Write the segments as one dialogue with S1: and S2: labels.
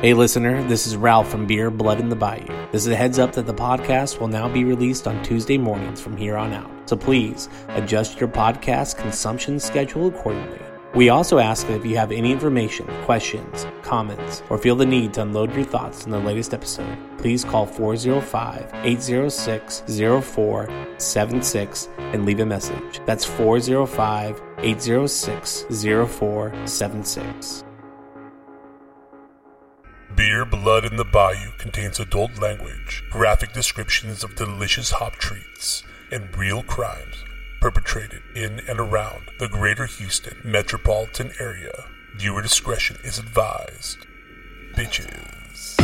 S1: Hey, listener, this is Ralph from Beer Blood in the Bayou. This is a heads up that the podcast will now be released on Tuesday mornings from here on out. So please adjust your podcast consumption schedule accordingly. We also ask that if you have any information, questions, comments, or feel the need to unload your thoughts on the latest episode, please call 405 806 0476 and leave a message. That's 405 806 0476.
S2: Beer Blood in the Bayou contains adult language, graphic descriptions of delicious hop treats, and real crimes perpetrated in and around the greater Houston metropolitan area. Viewer discretion is advised. Bitches.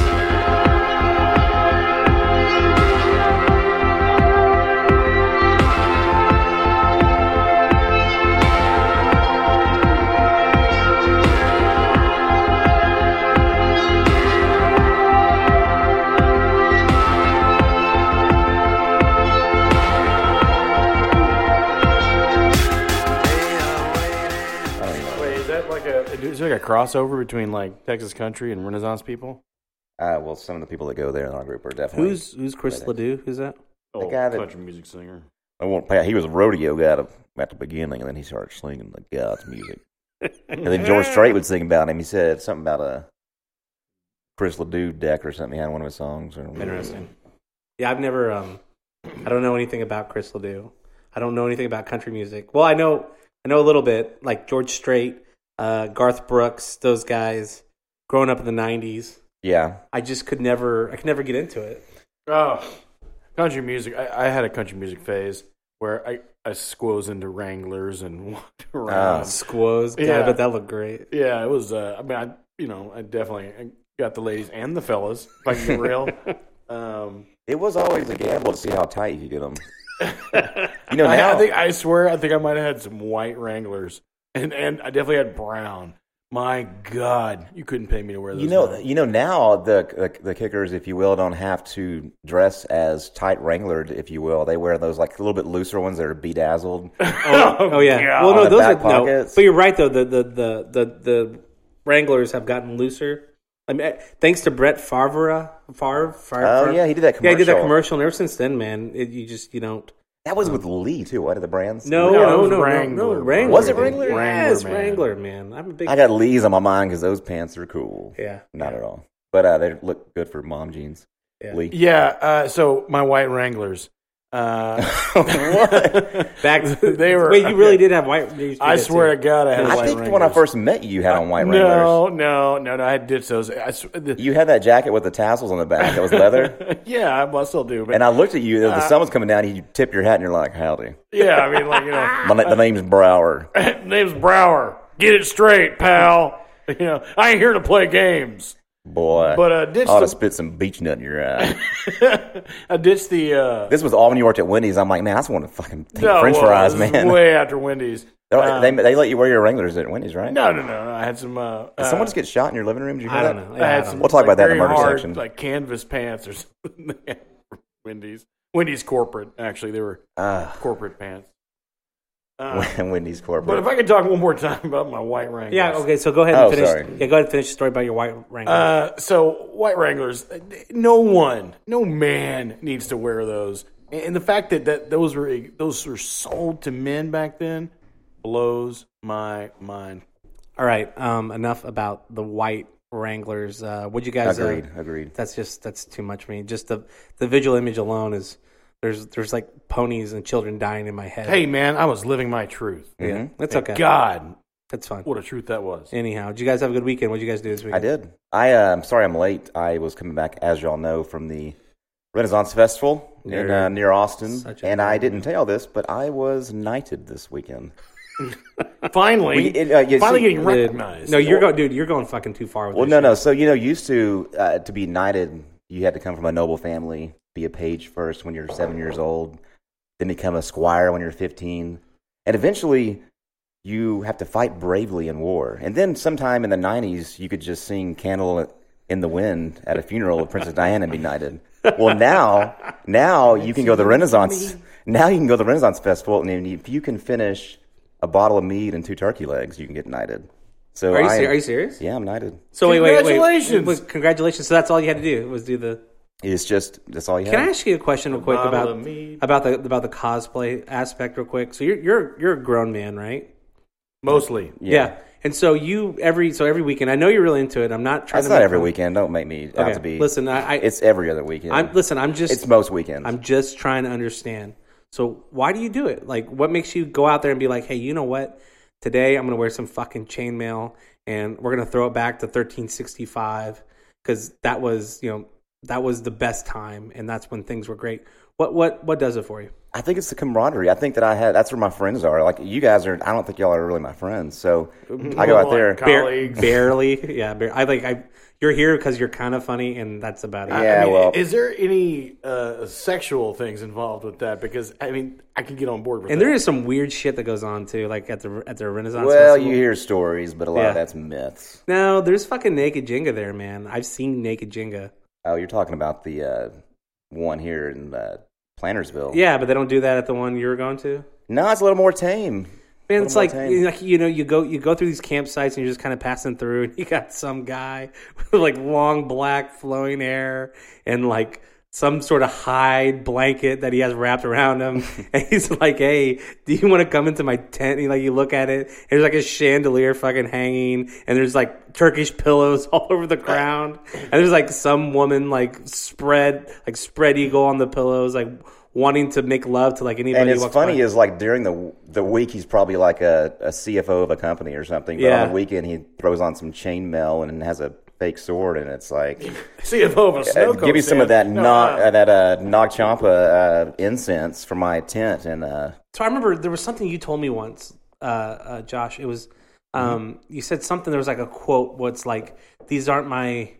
S3: Wait, is that like a is there like a crossover between like Texas country and Renaissance people?
S4: Uh, well, some of the people that go there in our group are definitely.
S1: Who's, who's Chris Ledoux? Who's that?
S3: Oh,
S4: guy that-
S3: country music singer.
S4: I won't play. He was a rodeo guy to, at the beginning, and then he started slinging the God's music. and then George Strait would sing about him. He said something about a Chris Ledoux deck or something behind one of his songs. Or
S1: Interesting. Mm. Yeah, I've never. Um, I don't know anything about Chris Ledoux. I don't know anything about country music. Well, I know, I know a little bit, like George Strait, uh, Garth Brooks, those guys. Growing up in the '90s,
S4: Yeah.
S1: I just could never. I could never get into it.
S3: Oh, country music. I, I had a country music phase where I I squoze into Wranglers and walked
S4: Ah.
S3: around.
S1: Squoze. God,
S3: Yeah.
S1: I bet that looked great.
S3: yeah, it was. Uh, I mean, I you know, I definitely I got the ladies and the fellas. If I can get real. Um,
S4: It was always a gamble to see how tight you could get them. you know,
S3: I,
S4: now.
S3: I think I swear I think I might have had some white Wranglers and and I definitely had brown. My God, you couldn't pay me to wear those.
S4: you know,
S3: now.
S4: you know now the, the the kickers, if you will, don't have to dress as tight wranglered, if you will. They wear those like a little bit looser ones that are bedazzled.
S1: Oh yeah. well,
S4: On
S1: no,
S4: the
S1: those are
S4: back
S1: no.
S4: pockets.
S1: But you're right though. The the the the, the Wranglers have gotten looser. I mean, eh, thanks to Brett Favre. Favre. Favre
S4: Oh, yeah, he did that
S1: Yeah, he did that
S4: commercial.
S1: commercial, and ever since then, man, it, you just you don't.
S4: That was with Lee too. What are the brands?
S1: No,
S3: No, it
S1: no,
S3: was
S1: no, no,
S3: Wrangler.
S1: no, Wrangler.
S4: Was it Wrangler?
S1: Yes,
S3: Wrangler, man.
S1: Wrangler, man. I'm a big.
S4: I got Lee's on my mind because those pants are cool.
S1: Yeah.
S4: Not at all. But uh, they look good for mom jeans.
S1: Yeah.
S4: Lee.
S3: Yeah, uh, so my white Wranglers. Uh,
S4: What?
S1: back. To,
S3: They were-
S1: Wait, you really did have white. you used to
S3: I
S1: do that
S3: swear
S1: too.
S3: to God, I had.
S1: I
S3: a
S4: I
S3: white
S4: think
S3: Wranglers.
S4: when I first met you, you had on white Wranglers.
S3: No, no, no, no. I ditched those. I, s- the-
S4: You had that jacket with the tassels on the back that was leather.
S3: yeah, I well, I still do. But
S4: and I looked at you, the sun was coming down, and you tipped your hat, and you're like, howdy.
S3: yeah, I mean, like you know,
S4: My, na- the name's Brower.
S3: name's Brower. Get it straight, pal. You know, I ain't here to play games.
S4: Boy.
S3: But, uh, ditch
S4: I ought
S3: the-
S4: to spit some beach nut in your eye.
S3: I ditched the uh,
S4: this was all when you worked at Wendy's. I'm like, man, I just want to fucking take
S3: no,
S4: French
S3: well,
S4: fries,
S3: this is
S4: man.
S3: Way after Wendy's.
S4: They don't-
S3: Um,
S4: they, they let you wear your Wranglers at Wendy's, right?
S3: no, no, no, no. I had some. Uh,
S4: Did someone just get shot in your living room? Did you hear
S1: I don't
S4: that?
S1: know.
S3: I
S1: Yeah, I
S3: had
S1: don't
S3: some
S1: know.
S4: We'll talk about that in
S3: very
S4: the murder
S3: hard,
S4: section.
S3: Like canvas pants or something. they had for Wendy's, Wendy's corporate. Actually, they were
S4: Ah.
S3: corporate
S1: Ah.
S3: pants. Uh,
S4: Wendy's
S3: but
S4: corporate.
S3: if I could talk one more time about my white Wranglers.
S1: Yeah. Okay. So go ahead and
S4: Oh,
S1: finish.
S4: sorry.
S1: Yeah. Go ahead and finish the story about your white Wrangler.
S3: Uh, so white Wranglers, no one, no man needs to wear those. And the fact that, that those were those were sold to men back then blows my mind.
S1: All right. Um. Enough about the white Wranglers. Uh. Would you guys? uh,
S4: agreed, agreed.
S1: That's just that's too much for me. Just the the visual image alone is there's there's like ponies and children dying in my head.
S3: Hey man, I was living my truth.
S1: yeah, that's okay.
S3: God,
S1: That's fine.
S3: what a truth that was.
S1: Anyhow, did you guys have a good weekend? What did you guys do this weekend?
S4: I did. I uh, I'm sorry I'm late. I was coming back, as y'all know, from the Renaissance Festival in, uh,
S1: Nerd.
S4: near Austin,
S1: Such a
S4: and I
S1: nerd.
S4: didn't tell this, but I was knighted this weekend.
S3: Finally,
S4: Well, it- uh, you
S3: finally
S4: see-
S3: getting recognized.
S1: No, you're going, dude. You're going fucking too far with
S4: Well,
S1: this
S4: no,
S1: shit.
S4: no. So you know, used to uh, to be knighted, you had to come from a noble family, be a page first when you're seven years old, then become a squire when you're 15, and eventually you have to fight bravely in war. And then sometime in the 90s, you could just sing "Candle in the Wind" at a funeral of Princess Diana and be knighted. Well, now, now you can go to the Renaissance. Now you can go to the Renaissance Festival, and if you can finish a bottle of mead and two turkey legs, you can get knighted. So
S1: Are you,
S4: I am-
S1: ser- are you serious?
S4: Yeah, I'm knighted.
S1: So wait, wait, wait.
S3: Congratulations.
S1: Wait, congratulations. So that's all you had to do was do the.
S4: It's just that's all you
S1: Can
S4: have.
S1: I ask you a question real quick
S3: bottle
S1: about
S3: of mead.
S1: about the about the cosplay aspect real quick? So you're you're you're a grown man, right?
S3: Mostly.
S1: Yeah. And so you every so every weekend. I know you're really into it. I'm not trying. to
S4: That's not
S1: make
S4: every
S1: fun-
S4: weekend. Don't make me
S1: Okay.
S4: out to be.
S1: Listen, I, I
S4: it's every other weekend.
S1: I'm listen. I'm just
S4: it's most weekends.
S1: I'm just trying to understand. So why do you do it? Like, what makes you go out there and be like, hey, you know what? Today I'm gonna wear some fucking chainmail, and we're gonna throw it back to 1365 because that was you know that was the best time, and that's when things were great. What what what does it for you?
S4: I think it's the camaraderie. I think that I had. That's where my friends are. Like you guys are. I don't think y'all are really my friends. So I go out
S3: Like
S4: there.
S3: college Colleagues.
S1: barely, yeah. Bare, I like I. You're here because you're kind of funny, and that's about it.
S4: Yeah,
S3: I mean,
S4: well-
S3: is there any uh, sexual things involved with that? Because I mean, I can get on board with
S1: And
S3: that.
S1: there is some weird shit that goes on too, like at the at the Renaissance.
S4: Well,
S1: Festival.
S4: you hear stories, but a lot
S1: Yeah.
S4: of that's myths.
S1: No, there's fucking naked Jenga there, man. I've seen naked Jenga.
S4: Oh, you're talking about the uh, one here in uh, Plantersville.
S1: Yeah, but they don't do that at the one you were going to.
S4: No, it's a little more tame.
S1: Man,
S4: What
S1: it's
S4: am I
S1: like,
S4: saying?
S1: like you know, you go you go through these campsites and you're just kind of passing through, and you got some guy with like long black flowing hair and like some sort of hide blanket that he has wrapped around him, and he's like, "Hey, do you want to come into my tent?" And like you look at it, and there's like a chandelier fucking hanging, and there's like Turkish pillows all over the ground, and there's like some woman like spread like spread eagle on the pillows, like wanting to make love to like anybody.
S4: And
S1: who
S4: it's
S1: walks
S4: funny
S1: by.
S4: is like during the the week he's probably like a, a CFO of a company or something. But
S1: Yeah.
S4: on the weekend he throws on some chainmail and has a fake sword, and it's like
S3: CFO of a snow
S4: uh, give me some of that nog uh, that uh, nog champa uh, incense for my tent, and uh,
S1: So I remember there was something you told me once, uh, uh, Josh. It was
S4: Mm-hmm.
S1: um, you said something. There was like a quote. What's like these aren't my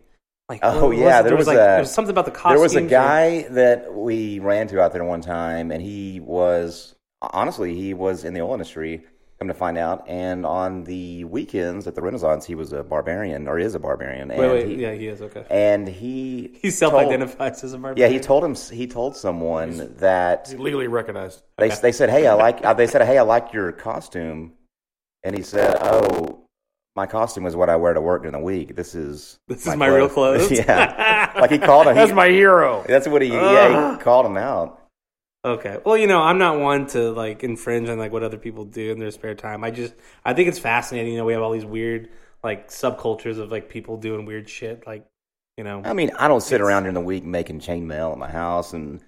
S1: like.
S4: Oh,
S1: what
S4: yeah,
S1: it?
S4: there was
S1: like
S4: a-
S1: there was something about the costume.
S4: there was a guy that we ran to out there one time, and he was honestly he was in the oil industry. Come to find out, and on the weekends at the Renaissance, he was a barbarian or is a barbarian. And
S1: Wait, wait,
S4: he,
S1: yeah, he is okay.
S4: And he
S1: He
S4: told-
S1: self-identifies as a
S4: Yeah,
S1: barbarian.
S4: he told him. He told someone that
S3: legally recognized.
S4: they they said, "Hey, I like." uh, They said, "Hey, I like your costume," and he said, "Oh, my costume is what I wear to work during the week. This is
S1: This is my real clothes?
S4: yeah, like he called him. he-
S3: That's my hero.
S4: that's what he yeah he called him out.
S1: Okay. Well, you know, I'm not one to like infringe on like what other people do in their spare time. I just I think it's fascinating. You know, we have all these weird like subcultures of like people doing weird shit. Like, you know,
S4: I mean, I don't sit around during the week making chainmail at my house and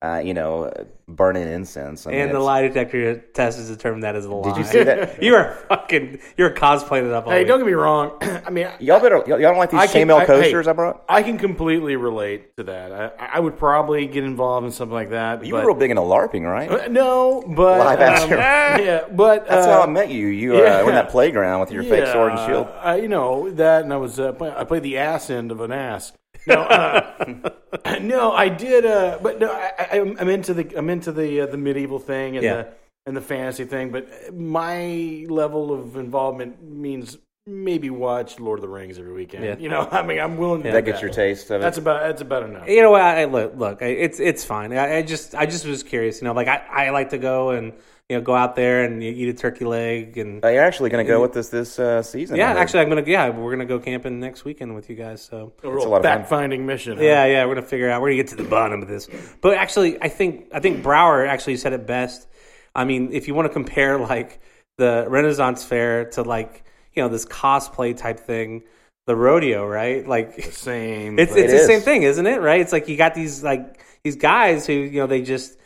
S4: uh, you know burning incense. I mean,
S1: and the
S4: it's-
S1: lie detector test has determined that is a lie.
S4: Did you see that?
S1: you are fucking. You're cosplaying it up. All
S3: Hey,
S1: week.
S3: don't get me wrong. I mean, I-
S4: Y'all better y'all don't like these
S3: I can- I-
S4: chainmail
S3: hey.
S4: coasters I brought.
S3: I can completely relate to that. I, I would probably get involved in something like that.
S4: You
S3: but,
S4: were real big into LARPing, right?
S3: Uh, No, but um,
S4: Live action.
S3: yeah, but
S4: That's
S3: uh,
S4: how I met you. You uh,
S3: yeah.
S4: were in that playground with your fake sword and
S3: Yeah,
S4: shield.
S3: I, you know that, and I was uh, play, I played the ass end of an ass. No, uh, no, I did, uh, but no, I, I, I'm I'm into the I'm into the uh, the medieval thing and
S1: Yeah.
S3: the and the fantasy thing. But my level of involvement means maybe watch Lord of the Rings every weekend.
S1: Yeah.
S3: You know, I mean, I'm willing to. do
S4: That gets your taste of it.
S3: That's about that's about enough.
S1: You know what? I, I- look, look. I, it's it's fine. I, I just I just was curious. You know, like I, I like to go and you know go out there and you eat a turkey leg and
S4: Uh, you're actually going to go with this this uh, season. I
S1: yeah.
S4: heard.
S1: Actually, I'm gonna yeah we're gonna go camping next weekend with you guys. So
S3: a real
S4: a lot of fun.
S3: fact finding mission. huh?
S1: Yeah, yeah, we're gonna figure out. We're gonna get to the bottom of this. But actually, I think I think Brower actually said it best. I mean, if you want to compare like the Renaissance Fair to like you know this cosplay type thing, the rodeo, right? Like
S3: same.
S1: it's
S3: thing.
S1: it's
S4: It
S1: the same
S4: is.
S1: thing, isn't it? Right? It's like you got these like these guys who you know they just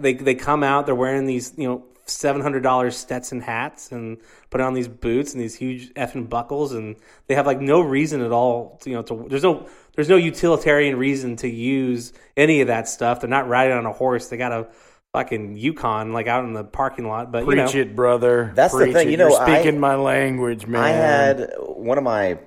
S1: they they come out. They're wearing these you know seven hundred dollars Stetson hats and put on these boots and these huge effing buckles, and they have like no reason at all. To, you know, to there's no there's no utilitarian reason to use any of that stuff. They're not riding on a horse. They got a fucking Yukon like out in the parking lot. But
S3: Preach
S1: you know,
S3: it, brother.
S4: That's the
S3: Preach
S4: thing,
S3: it.
S4: you know,
S3: You're
S4: I-
S3: speaking my language, man.
S4: I had one of my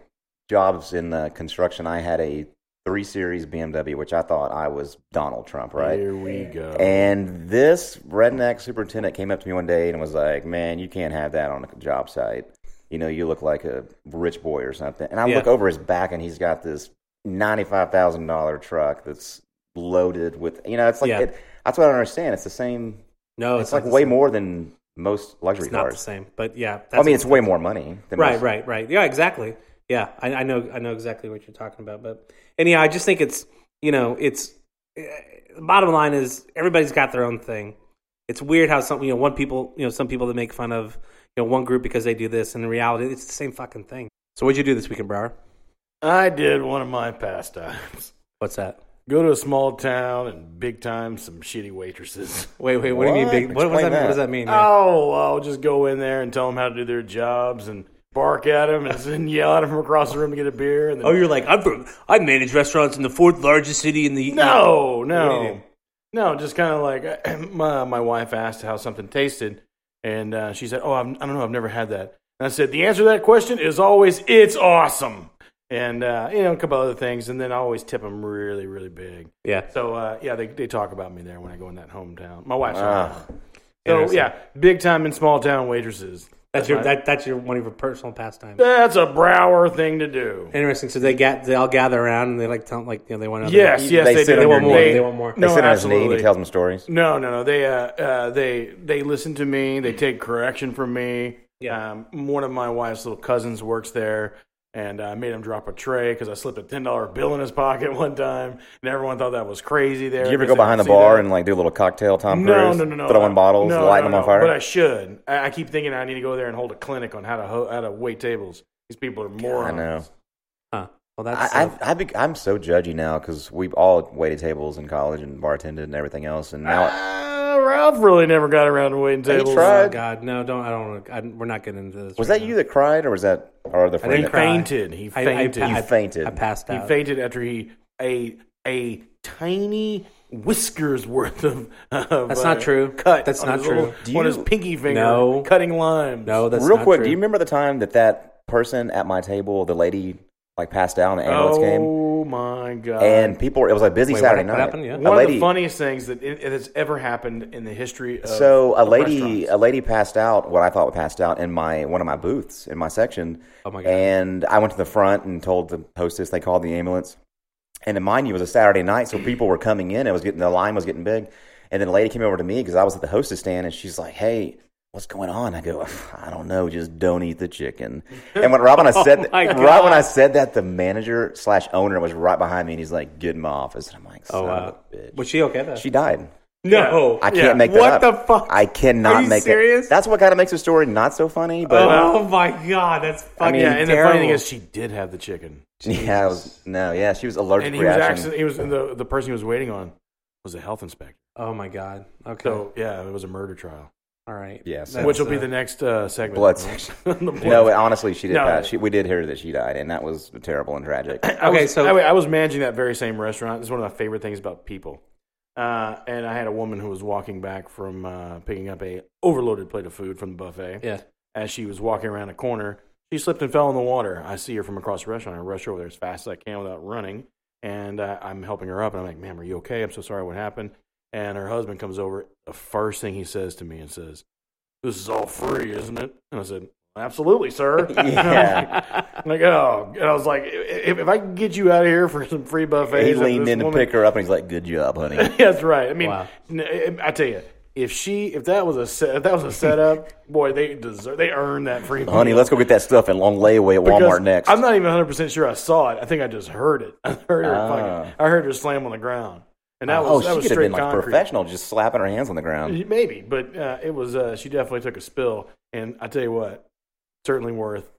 S4: jobs in uh, construction. I had a three series BMW, which I thought I was Donald Trump, right?
S3: Here we go.
S4: And this redneck superintendent came up to me one day and was like, "Man, you can't have that on a job site. You know, you look like a rich boy or something." And I
S1: Yeah.
S4: look over his back, and he's got this ninety-five thousand dollar truck that's loaded with. You know, it's like
S1: Yeah.
S4: it, that's what I don't understand. It's the same.
S1: no,
S3: Oh,
S4: It's, like
S1: not the
S4: way
S1: same.
S4: more than most luxury
S1: It's not the
S4: cars.
S1: same, but yeah.
S4: I mean,
S1: that's-
S4: it's way more money than
S1: right,
S4: most-
S1: right, right. Yeah, exactly. Yeah, I, I know, I know exactly what you're talking about. But and yeah, I just think it's you know, it's eh, the bottom line is everybody's got their own thing. It's weird how some you know one people you know some people that make fun of you know one group because they do this, and in reality, it's the same fucking thing. So what'd you do this weekend, Brower?
S3: I did one of my pastimes.
S1: What's that?
S3: Go to a small town and big time some shitty waitresses.
S1: Wait, wait. What, do you mean?
S4: What?
S1: Big, what, what's
S4: Explain
S1: that, what does
S4: that.
S1: that mean? man?
S3: Oh, I'll just go in there and tell them how to do their jobs and bark at them and then yell at them from across the room to get a beer. And then,
S1: oh, you're like I'm from. I manage restaurants in the fourth largest city in the
S3: no,
S1: What do you
S3: no,
S1: do?
S3: no. Just kind of like my my wife asked how something tasted, and uh, she said, "Oh, I'm, I don't know, I've never had that." And I said, "The answer to that question is always it's awesome." And uh, you know a couple other things, and then I always tip them really, really big.
S1: Yeah.
S3: So uh, yeah, they they talk about me there when I go in that hometown. My wife's
S4: Ah.
S3: hometown. So
S1: Interesting.
S3: yeah, big time and small town waitresses.
S1: That's your
S3: my-
S1: that, that's your one of your personal pastimes.
S3: That's a Brower thing to do.
S1: Interesting. So they get they all gather around and they like tell like you know they want another.
S3: Yes, yes,
S4: They
S3: they,
S4: sit
S3: do.
S4: on
S1: They want
S4: your
S1: more.
S4: knee.
S1: They want more.
S4: They
S3: No,
S4: sit on his knee and he
S3: absolutely.
S4: tells them stories.
S3: No, no, no. They uh, uh, they they listen to me. They take correction from me.
S1: Yeah.
S3: Um, one of my wife's little cousins works there, and I made him drop a tray because I slipped a ten dollar bill in his pocket one time, and everyone thought that was crazy. There.
S4: Did you ever
S3: They
S4: go
S3: said,
S4: behind the
S3: "See
S4: bar
S3: that?"
S4: and like do a little cocktail, Tom
S3: No,
S4: Cruise?
S3: no, no, no.
S4: Throw in bottles,
S3: no,
S4: light
S3: no,
S4: them on
S3: no,
S4: fire.
S3: But I should. I, I keep thinking I need to go there and hold a clinic on how to ho- how to wait tables. These people are
S4: I
S3: morons.
S4: know.
S1: Huh. Well, that's
S4: I,
S1: uh,
S4: I, I be, I'm so judgy now because we've all waited tables in college and bartended and everything else, and now
S3: Uh, Ralph really never got around to waiting
S4: He
S3: tables.
S4: tried.
S1: oh god no don't I don't wanna- I, we're not getting into this.
S4: was
S1: right
S4: that
S1: now.
S4: you that cried or was that our other
S1: didn't
S4: friend? that-
S1: cry.
S3: fainted. He
S1: I- I-
S3: fainted.
S1: I-
S4: You fainted.
S1: I passed
S3: He
S1: out.
S3: fainted after he a a tiny whiskers worth of. of
S1: That's not true.
S3: Cut. Oh,
S1: That's
S3: on
S1: not
S3: his
S1: true.
S3: Little,
S4: Do you-
S3: on his pinky finger.
S1: No.
S3: Cutting limes.
S1: No, that's
S4: Real
S1: not
S4: quick,
S1: true.
S4: do you remember the time that that person at my table, the lady, like passed out and the ambulance came?
S3: Oh my god.
S4: And people, were, it was like busy
S1: uh, Wait, what-
S4: Saturday
S1: what
S4: night.
S1: happened? Yeah.
S4: A
S1: One
S3: one of
S4: lady,
S3: the funniest things that it, it has ever happened in the history of
S4: so a
S3: of
S4: lady, a
S3: restaurants.
S4: lady passed out. What I thought was passed out in my one of my booths in my section.
S1: Oh my God.
S4: And I went to the front and told the hostess. They called the ambulance. And mind you, it was a Saturday night, so people were coming in. It was getting the line was getting big, and then a lady came over to me because I was at the hostess stand, and she's like, "Hey, what's going on?" I go, "I don't know. Just don't eat the chicken." And when right when I said that,
S1: Oh my
S4: right
S1: God.
S4: when I said that, the manager slash owner was right behind me, and he's like, "Get in my office." And I'm like, "Son
S1: Oh wow.
S4: of a bitch."
S1: Was she okay though? Oh,
S4: she died.
S1: no.
S4: I
S3: Yeah.
S4: can't make that
S1: What
S4: up.
S1: the fuck?
S4: I cannot
S1: Are you
S4: make that-
S1: serious?
S4: That's what kind of makes a story not so funny, but
S1: oh my god, that's fucking
S4: mean,
S3: Yeah, and the
S1: terrible.
S3: funny thing is, she did have the chicken,
S4: yeah, it was, no, yeah, she was allergic
S3: and he was
S4: reaction.
S3: actually he was the the person he was waiting on was a health inspector.
S1: oh my god. Okay.
S3: So yeah, it was a murder trial,
S1: All right.
S4: Yeah, so-
S1: That's,
S3: which will be
S1: uh,
S3: the next uh, segment.
S4: Blood section.
S3: The blood
S4: no, honestly, she did
S3: No.
S4: pass. She, we did hear that she died, and that was terrible and tragic.
S3: I
S1: Okay,
S3: was,
S1: so-
S3: I, I was managing that very same restaurant. It's one of my favorite things about people. Uh, and I had a woman who was walking back from uh, picking up a overloaded plate of food from the buffet.
S1: Yeah.
S3: As she was walking around a corner, she slipped and fell in the water. I see her from across the restaurant. I rush over there as fast as I can without running, and uh, I'm helping her up. And I'm like, "Ma'am, are you okay? I'm so sorry. What happened?" And her husband comes over. The first thing he says to me and says, "This is all free, isn't it?" And I said, "Absolutely, sir."
S4: Yeah.
S3: I'm like, oh, and I was like, if, if I can get you out of here for some free buffets,
S4: he
S3: after
S4: leaned
S3: this
S4: in to
S3: woman-
S4: pick her up, and he's like, "Good job, honey."
S3: That's right. I mean,
S1: Wow.
S3: n- I tell you, if she, if that was a, set, if that was a setup, boy, they deserve, they earned that free.
S4: honey,
S3: meal.
S4: let's go get that stuff and long layaway at
S3: Because
S4: Walmart next.
S3: I'm not even 100 percent sure I saw it. I think I just heard it. I heard her
S4: Ah.
S3: fucking. I heard her slam on the ground, and that
S4: oh,
S3: was that
S4: she
S3: was
S4: could have
S3: straight
S4: been like
S3: concrete.
S4: professional, just slapping her hands on the ground.
S3: Maybe, but uh, it was. Uh, she definitely took a spill, and I tell you what, certainly worth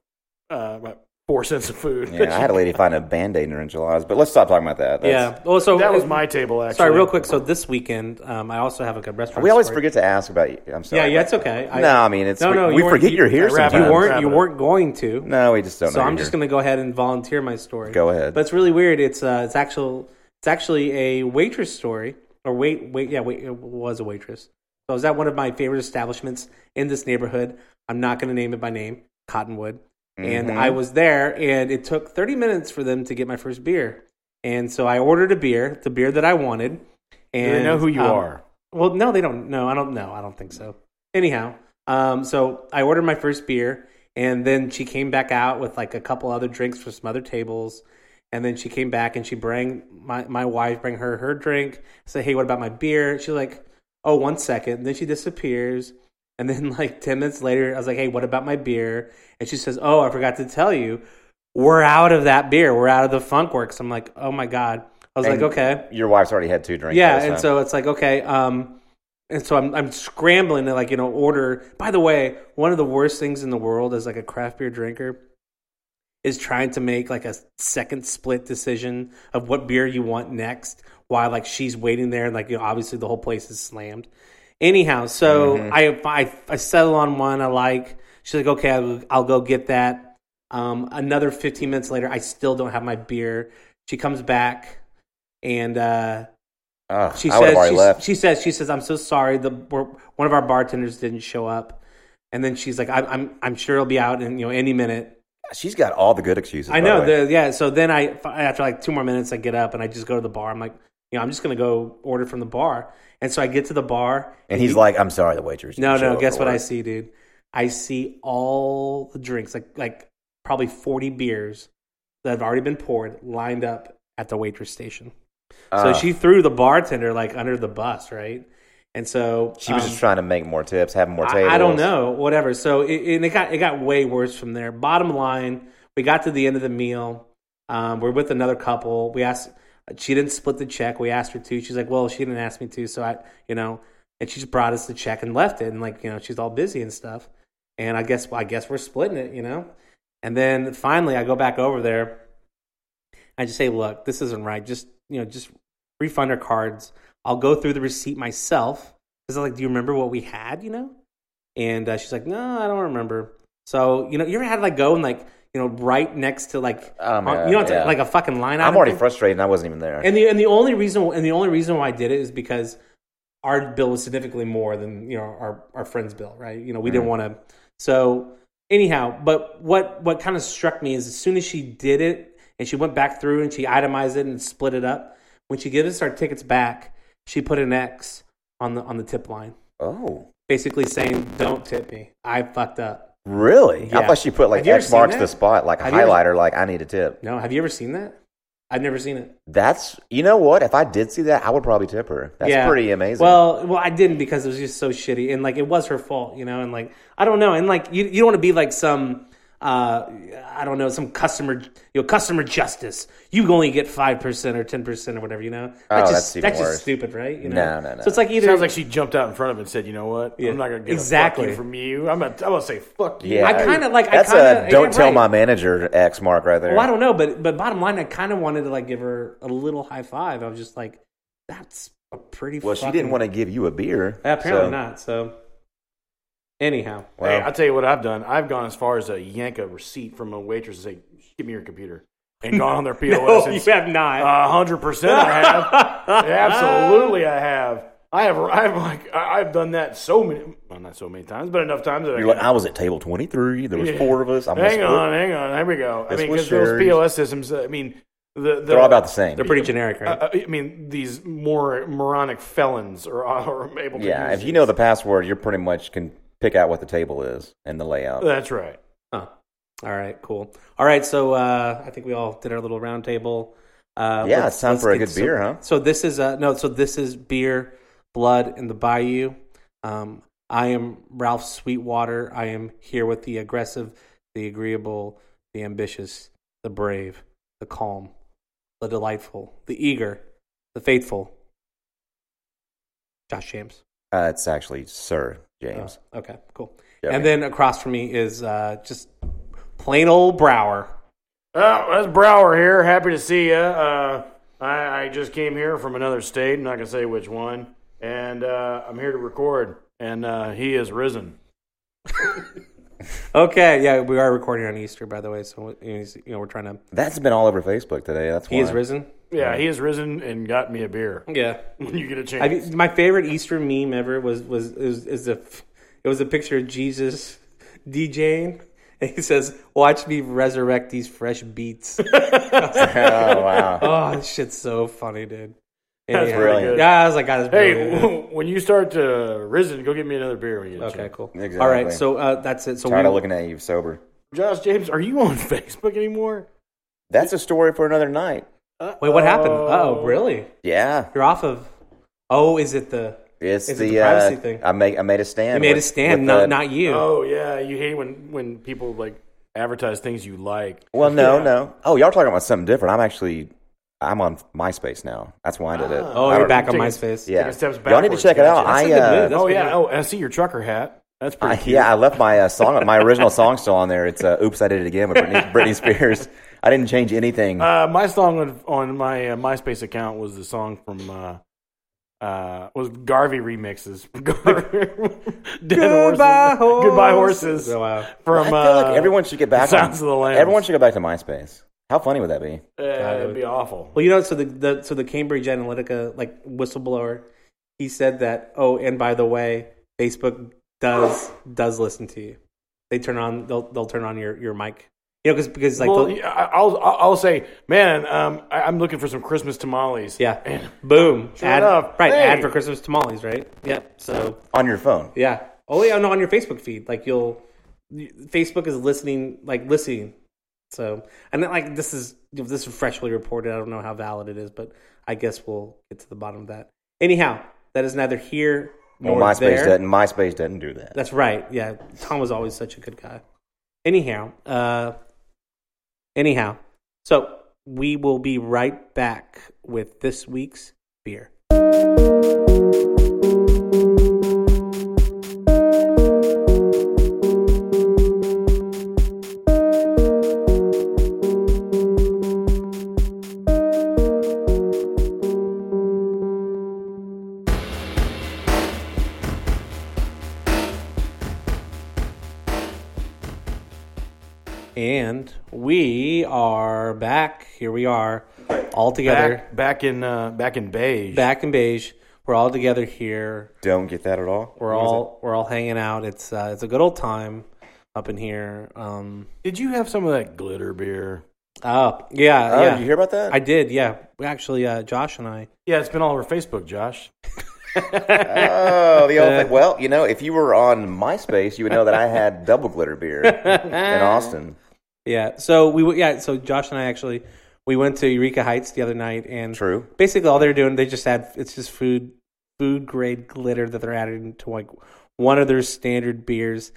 S3: uh, about four cents of food.
S4: Yeah, I had a lady find a band aid in her enchiladas, but let's stop talking about that. That's-
S1: Yeah. Well, so
S3: that was my table. Actually,
S1: Sorry, real quick. So this weekend, um, I also have a good restaurant.
S4: We always
S1: story.
S4: forget to ask about you. I'm sorry.
S1: Yeah, yeah,
S4: but-
S1: it's okay. I-
S4: no, I mean, it's
S1: No,
S4: we,
S1: no, you
S4: we
S1: weren't-
S4: forget
S1: you-
S4: you're here.
S3: I wrap it
S1: You
S3: up.
S4: sometimes.
S1: weren't. You
S3: Wrap it
S1: weren't going to.
S4: No, we just don't.
S1: So
S4: know
S1: I'm
S4: you're
S1: just
S4: here.
S1: going to go ahead and volunteer my story.
S4: Go ahead.
S1: But it's really weird. It's uh, it's actual. It's actually a waitress story. Or wait, wait, yeah, wait, it was a waitress. So I was at one of my favorite establishments in this neighborhood. I'm not going to name it by name, Cottonwood. And I
S3: Mm-hmm.
S1: was there, and it took 30 minutes for them to get my first beer. And so I ordered a beer, the beer that I wanted. And
S3: Do they know who you
S1: um,
S3: are?
S1: Well, no, they don't. No, I don't know. I don't think so. Anyhow, um, so I ordered my first beer, and then she came back out with like a couple other drinks from some other tables, and then she came back and she bring my my wife bring her her drink. Say, hey, what about my beer? She's like, oh, one second. And then she disappears, And then like ten minutes later, I was like, "Hey, what about my beer?" And she says, "Oh, I forgot to tell you, we're out of that beer. We're out of the Funkworks." I'm like, "Oh my god!" I was
S4: And
S1: like, "Okay,
S4: Your wife's already had two drinks. by
S1: yeah."
S4: this
S1: And
S4: time.
S1: so it's like, "Okay." Um, and so I'm I'm scrambling to like you know order. By the way, one of the worst things in the world as like a craft beer drinker is trying to make like a second split decision of what beer you want next while like she's waiting there and like you know obviously the whole place is slammed anyhow so I, I i settle on one i like she's like okay i'll, I'll go get that um another 15 minutes later i still don't have my beer she comes back and uh
S4: Ugh,
S1: she
S4: Ah, I would have
S1: says
S4: already
S1: she,
S4: left.
S1: she says she says I'm so sorry. The we're, one of our bartenders didn't show up, and then she's like, I'm I'm, I'm sure he'll be out in you know any minute.
S4: She's got all the good excuses.
S1: I
S4: by
S1: know.
S4: The way.
S1: The, yeah. So then I, after like two more minutes, I get up and I just go to the bar. I'm like, you know, I'm just gonna go order from the bar. And so I get to the bar.
S4: and he's like, "I'm sorry, the waitress."
S1: No,
S4: didn't show
S1: no.
S4: up
S1: Guess
S4: for
S1: what I
S4: work."
S1: see, dude? I see all the drinks, like like probably 40 beers that have already been poured, lined up at the waitress station. So
S4: Ah.
S1: she threw the bartender like under the bus, right? And so
S4: She was
S1: um,
S4: just trying to make more tips, have more tables.
S1: I, I don't know, whatever. So it, and it got it got way worse from there. Bottom line, we got to the end of the meal. Um, we're with another couple. We asked. She didn't split the check. We asked her to. She's like, well, she didn't ask me to, so I, you know, and she just brought us the check and left it, and like, you know, she's all busy and stuff. And I guess, I guess we're splitting it, you know. And then finally, I go back over there. I just say, look, this isn't right. Just you know, just refund our cards. I'll go through the receipt myself. Cause I'm like, do you remember what we had? You know, and uh, she's like, no, I don't remember. So you know, you ever had to, like go and like you know, right next to like
S4: Oh, man,
S1: you know, it's
S4: yeah.
S1: like a fucking line.
S4: I'm
S1: item
S4: already
S1: thing?
S4: frustrated, and I wasn't even there.
S1: And the and the only reason and the only reason why I did it is because our bill was significantly more than you know our our friend's bill, right? You know, we didn't want to. So anyhow, but what what kind of struck me is as soon as she did it and she went back through and she itemized it and split it up. When she gives us our tickets back, she put an X on the on the tip line,
S4: oh,
S1: basically saying, "Don't tip me. I fucked up."
S4: really? I
S1: Yeah.
S4: thought she put like
S1: Have you ever
S4: X marks
S1: seen
S4: the
S1: that?
S4: spot, like a
S1: Have you ever-
S4: highlighter, like I need a tip.
S1: No, have you ever seen that? I've never seen it.
S4: That's you know what? If I did see that, I would probably tip her. That's pretty amazing.
S1: Well, well, I didn't because it was just so shitty, and like it was her fault, you know. And like I don't know, and like you, you don't want to be like some, uh, I don't know, some customer, you know, customer justice. You only get five percent or ten percent or whatever, you know.
S4: Oh,
S1: That's
S4: that's
S1: just
S4: even
S1: that's
S4: worse.
S1: just stupid, right? You know?
S4: No, no, no.
S1: So it's like either
S3: Sounds like she jumped out in front of it and said, "You know what? I'm not gonna get
S1: exactly.
S3: a fuck you from you. I'm gonna, I'm gonna say fuck you."
S4: yeah,
S1: I kinda like- I
S4: that's
S1: kinda-
S4: a don't
S1: yeah,
S4: tell
S1: right.
S4: my manager X mark right there.
S1: well, I don't know, but but bottom line, I kind of wanted to like give her a little high five. I was just like, that's a pretty.
S4: Well, she
S1: fucking- Uh,
S4: didn't want to give you a beer.
S1: Apparently
S4: so-
S1: not. So anyhow,
S4: Well,
S3: Hey, I'll tell you what I've done. I've gone as far as to yank a receipt from a waitress and say, "Give me your computer," and gone on their POS.
S1: no, you
S3: and
S1: have not.
S3: A hundred percent, I have. Absolutely, I have. I have. I have like I- I've done that so many. Well, not so many times, but enough times that I.
S4: You're
S3: can-
S4: like I was at table twenty three. There was four of us. I'm
S3: hang
S4: gonna
S3: on,
S4: split.
S3: hang on. There we go. I
S4: This
S3: mean,
S4: was
S3: because those
S4: Sherry's.
S3: POS systems. I mean, the, the,
S4: They're all about the same.
S1: They're pretty generic, right?
S3: Uh, I mean, these more moronic felons are, are able to.
S4: Yeah,
S3: use
S4: if you
S3: these.
S4: know the password, you're pretty much can pick out what the table is and the layout.
S3: That's right.
S1: Huh. All right, cool. All right, so uh, I think we all did our little round table. Uh,
S4: Yeah, it's time for a
S1: get-
S4: good beer, huh?
S1: So this is uh, no, so this is beer, blood, and the Bayou. Um, I am Ralph Sweetwater. I am here with the aggressive, the agreeable, the ambitious, the brave, the calm, the delightful, the eager, the faithful. Josh James.
S4: Uh, it's actually Sir
S1: Oh,
S4: James.
S1: okay, cool.
S4: Yeah,
S1: and
S4: man.
S1: then across from me is uh, just plain old Brower.
S3: Oh, that's Brower here. Happy to see you. Uh, I, I just came here from another state. I'm not gonna say which one, and uh, I'm here to record. And uh, he is risen.
S1: Okay, yeah, we are recording on Easter, by the way. So you know, we're trying to.
S4: That's been all over Facebook today. That's why.
S1: He is risen.
S3: Yeah, he is risen and got me a beer.
S1: Yeah,
S3: When you get a chance,
S1: I, my favorite Easter meme ever was was is, is a it was a picture of Jesus DJing, and he says, "Watch me resurrect these fresh beats."
S4: oh wow.
S1: oh, this shit's so funny, dude.
S3: that's
S1: Anyhow.
S3: pretty
S4: brilliant.
S3: good.
S1: Yeah, I was like, God, that's
S3: Hey,
S1: brilliant.
S3: when you start to risen, go get me another beer when you get a
S1: Okay,
S3: chance.
S1: cool.
S4: Exactly.
S1: All right, so uh, that's it. So
S4: Tired
S1: we,
S4: of looking at you sober.
S3: Josh James, are you on Facebook anymore?
S4: That's a story for another night.
S1: wait, what happened? Oh, really?
S4: Yeah.
S1: You're off of. Oh, is it the?
S4: It's
S1: Is it
S4: the,
S1: the privacy
S4: uh,
S1: thing?
S4: I made I made a stand.
S1: You made a
S4: with-
S1: stand,
S4: with
S1: not,
S4: the-
S1: not you.
S3: Oh yeah, you hate when when people like advertise things you like.
S4: Well, no,
S3: Yeah.
S4: no. Oh, y'all talking about something different. I'm actually I'm on MySpace now. That's why I did it.
S1: Oh,
S4: I
S1: you're
S4: don't-
S1: back on
S3: Taking-
S1: MySpace.
S4: Yeah,
S3: steps
S4: y'all need to
S3: backwards,
S4: check it out.
S1: That's a
S3: gotcha.
S4: I
S1: good
S4: uh,
S1: move. That's
S3: oh
S1: pretty
S3: yeah.
S1: good.
S3: Oh, and I see your trucker hat. That's pretty
S4: I,
S3: cute.
S4: yeah, I left my uh, song, my original song still on there. It's uh, "Oops, I Did It Again" with Britney, Britney Spears. I didn't change anything.
S1: Um,
S3: Uh, my song on, on my uh, MySpace account was the song from uh, uh, was Garvey remixes. Garvey- Dead
S1: Goodbye,
S3: horses. Goodbye horses.
S1: horses. Oh, wow.
S3: From
S4: I feel
S3: uh,
S4: like everyone should get back.
S3: The Sounds
S4: on,
S3: of the Lambs.
S4: Everyone should go back to MySpace. How funny would that be?
S3: Uh, it'd be awful.
S1: Well, you know, so the, the so the Cambridge Analytica like whistleblower, he said that. Oh, and by the way, Facebook does does listen to you. They turn on they'll they'll turn on your your mic. You know, because because like
S3: well,
S1: they'll-
S3: yeah, I- I'll I'll I'll say, man, um, I, I'm looking for some Christmas tamales.
S1: yeah, boom,
S3: Sure
S1: ad,
S3: enough.
S1: right,
S3: Hey.
S1: ad for Christmas tamales, right? Yep. So
S4: On your phone.
S1: yeah. Oh yeah, no, on your Facebook feed, like you'll Facebook is listening, like listening. So and then, like this is this is freshly reported. I don't know how valid it is, but I guess we'll get to the bottom of that. Anyhow, that is neither here
S4: Well,
S1: nor
S4: MySpace
S1: there.
S4: doesn't. MySpace doesn't do that.
S1: That's right. Yeah, Tom was always such a good guy. Anyhow, uh, anyhow, so we will be right back with this week's beer. And we are back. Here we are, all together,
S3: Back, back in uh, back in beige.
S1: back, in beige. We're all together here.
S4: Don't get that at all.
S1: We're all we're all hanging out. It's uh, it's a good old time up in here. Um,
S3: Did you have some of that glitter beer?
S1: oh yeah,
S4: Oh,
S1: yeah.
S4: did you hear about that?
S1: I did. Yeah, we actually, uh, Josh and I.
S3: Yeah, it's been all over Facebook, Josh.
S4: Oh, the old thing. Well, you know, if you were on MySpace, you would know that I had double glitter beer in Austin.
S1: Yeah. So we w- yeah. So Josh and I actually we went to Eureka Heights the other night and
S4: True.
S1: basically all they're doing they just add it's just food food grade glitter that they're adding to like one of their standard beers.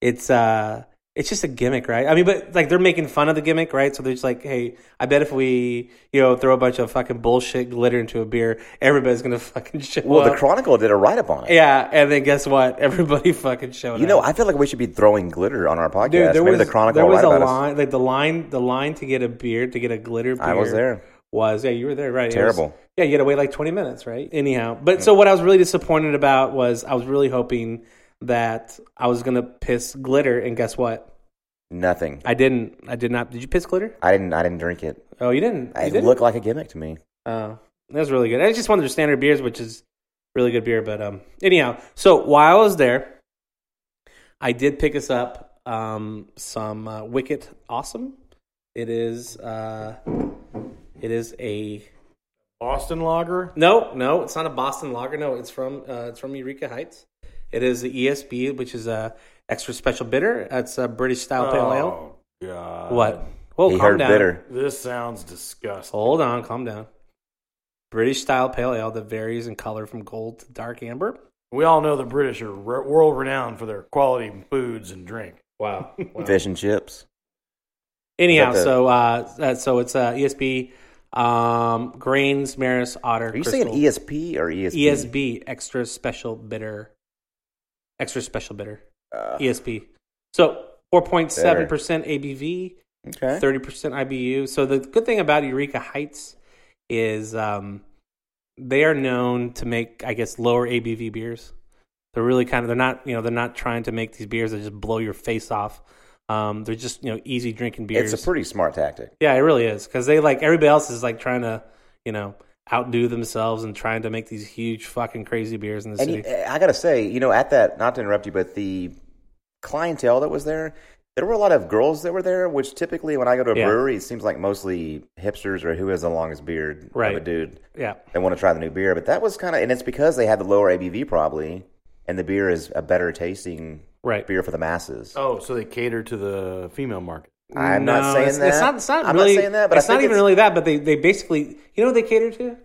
S1: It's uh it's just a gimmick, right? I mean, but like they're making fun of the gimmick, right? So they're just like, hey, I bet if we you know throw a bunch of fucking bullshit glitter into a beer, everybody's gonna fucking show
S4: Well,
S1: up.
S4: the Chronicle did a write up on it.
S1: yeah, and then guess what? Everybody fucking showed up.
S4: You know, I feel like we should be throwing glitter on our podcast.
S1: Dude, there
S4: Maybe
S1: was
S4: the Chronicle
S1: there
S4: will
S1: was
S4: write
S1: a
S4: about us.
S1: line like the line the line to get a beer to get a glitter beer.
S4: I was there.
S1: Was yeah, you were there, right? It was-
S4: Terrible.
S1: yeah, you had to wait like twenty minutes, right? Anyhow, but so what I was really disappointed about was I was really hoping that I was gonna piss glitter, and guess what?
S4: Nothing.
S1: I didn't. I did not. Did you piss glitter?
S4: I didn't. I didn't drink it.
S1: Oh, you didn't. You
S4: It
S1: didn't?
S4: looked like a gimmick to me.
S1: Uh, that was really good. And it's just one of their standard beers, which is really good beer. But um, anyhow, so while I was there, I did pick us up um, some uh, Wicket Awesome. It is uh, it is a
S3: Austin Lager.
S1: no, no, it's not a Boston lager. No, it's from uh, it's from Eureka Heights. It is the ESB, which is a extra special bitter. That's a British style pale ale.
S3: Oh god.
S1: What? Well,
S4: he
S1: Oh, calm
S4: heard
S1: down.
S4: bitter.
S3: This sounds disgusting.
S1: Hold on, calm down. British style pale ale that varies in color from gold to dark amber.
S3: We all know the British are re- world renowned for their quality foods and drink.
S1: Wow.
S4: Fish and chips.
S1: Anyhow,
S4: Is that the-
S1: so uh, uh, so it's uh, ESB um, grains, maris, otter.
S4: Are you
S1: crystal, E
S4: saying E ESP or ESP?
S1: ESB extra special bitter, extra special bitter
S4: Uh,
S1: ESB. So four point seven percent ABV,
S4: okay.
S1: thirty percent IBU. So the good thing about Eureka Heights is um, they are known to make, I guess, lower ABV beers. They're really kind of they're not you know they're not trying to make these beers that just blow your face off. Um, they're just you know easy drinking beers.
S4: It's a pretty smart tactic.
S1: Yeah, it really is because they like everybody else is like trying to, you know, outdo themselves and trying to make these huge fucking crazy beers in the
S4: And
S1: city.
S4: you- I gotta say, you know, at that, not to interrupt you, but the clientele that was there, there were a lot of girls that were there. Which typically, when I go to a
S1: Yeah.
S4: brewery, it seems like mostly hipsters or who has the longest beard of
S1: Right.
S4: a dude.
S1: yeah,
S4: They want to try the new beer, but that was kind of, and it's because they had the lower ABV probably, and the beer is a better tasting
S1: right.
S4: beer for the masses.
S3: Oh, so they cater to the female market.
S4: I'm not
S1: No,
S4: saying
S1: it's,
S4: that.
S1: It's not. It's not
S4: I'm
S1: really,
S4: not saying that, but
S1: it's
S4: I think
S1: not even
S4: it's-
S1: really that. But they they basically, you know, what they cater to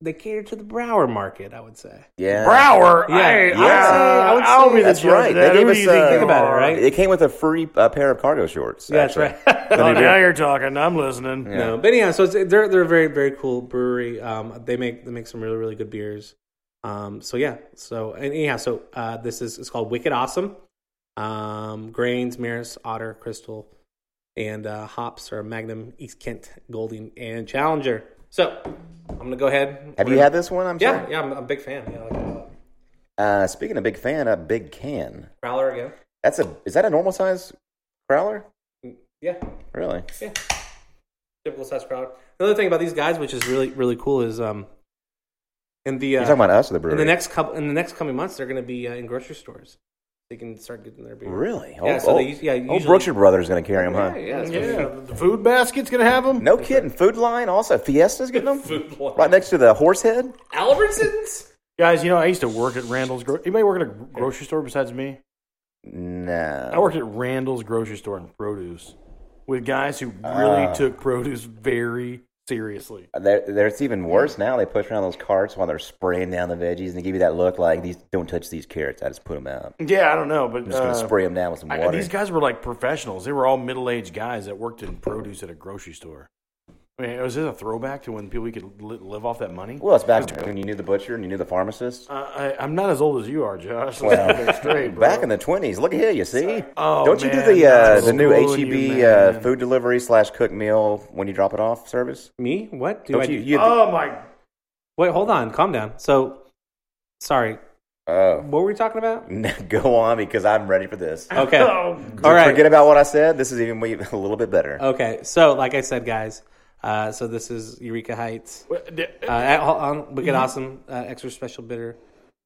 S1: they cater to the Brower market. I would say.
S4: Yeah.
S3: Brower.
S1: Yeah,
S3: I,
S1: I would say- I would say-
S3: will be the
S4: That's
S3: judge
S4: right.
S3: of That.
S4: They gave
S3: Who
S4: us,
S3: do you think
S4: uh,
S3: you
S4: Think about
S1: it,
S3: are?
S1: right?
S4: It came with a free uh, pair of cargo shorts.
S1: Yeah, that's
S4: actually.
S1: right.
S3: Oh, now you're talking. I'm listening.
S4: Yeah.
S1: No, but anyhow, so it's, they're they're a very very cool brewery. Um, they make they make some really really good beers. Um, so yeah, so and anyhow, so uh, this is it's called Wicked Awesome. Um, grains, maris, otter, crystal, and uh, hops are Magnum, East Kent, Golding, and Challenger. So I'm gonna go ahead.
S4: Have you had this one? I'm
S1: Yeah,
S4: sorry.
S1: yeah, I'm, I'm a big fan. Yeah, I like it a lot.
S4: Uh, speaking of big fan, a big can.
S1: Growler again.
S4: That's a. Is that a normal size growler?
S1: Yeah,
S4: Really?
S1: yeah. Typical size growler. Another thing about these guys, which is really really cool, is um, in the uh,
S4: You're talking about us or the brewery?
S1: In the next couple, in the next coming months, they're going to be uh, in grocery stores. They can start getting their beer.
S4: Really?
S1: Yeah, so they us- yeah,
S4: old
S1: usually-
S4: Brookshire Brothers going to carry them,
S1: Yeah,
S4: huh?
S1: yeah. it's gonna
S3: Yeah, the food basket's gonna have them.
S4: No kidding. Food line also. Fiesta's getting them.
S1: be food
S4: Right next to the horse head.
S1: Albertsons.
S3: Guys, you know I used to work at Randall's. Gro- Anybody work at a grocery store besides me?
S4: No.
S3: I worked at Randall's grocery store in produce with guys who really
S4: Uh.
S3: took produce very seriously.
S4: There, there, it's even worse now. They push around those carts while they're spraying down the veggies and they give you that look like these. Don't touch these carrots. I just put them out. I'm
S3: Yeah, I don't know, but
S4: just going to
S3: uh,
S4: spray them down with some
S3: I-
S4: water.
S3: these guys were like professionals. They were all middle-aged guys that worked in produce at a grocery store. I mean, was this a throwback to when people could li- live off that money?
S4: well, it's back when you knew the butcher and you knew the pharmacist.
S3: Uh, I, I'm not as old as you are, Josh.
S4: Well,
S3: straight, bro.
S4: Back in the twenties, look at here, you see.
S3: Oh,
S4: Don't you
S3: man,
S4: do the uh,
S3: that's
S4: the new
S3: schooling you,
S4: HEB uh,
S3: man.
S4: food delivery slash cook meal when you drop it off service?
S1: Me? What do
S4: Don't
S1: I?
S4: you?
S1: do?
S4: you
S3: Oh my!
S1: Wait, hold on. Calm down. So, sorry.
S4: oh,
S1: What were we talking about?
S4: go on because I'm ready for this.
S1: Okay.
S3: Oh,
S1: All right. Oh,
S4: Forget about what I said. This is even way- a little bit better.
S1: Okay. So, like I said, guys. Uh, so this is Eureka Heights.
S3: What- d-
S1: Uh, at, on Wicked
S3: Mm-hmm.
S1: Awesome, uh, extra special bitter.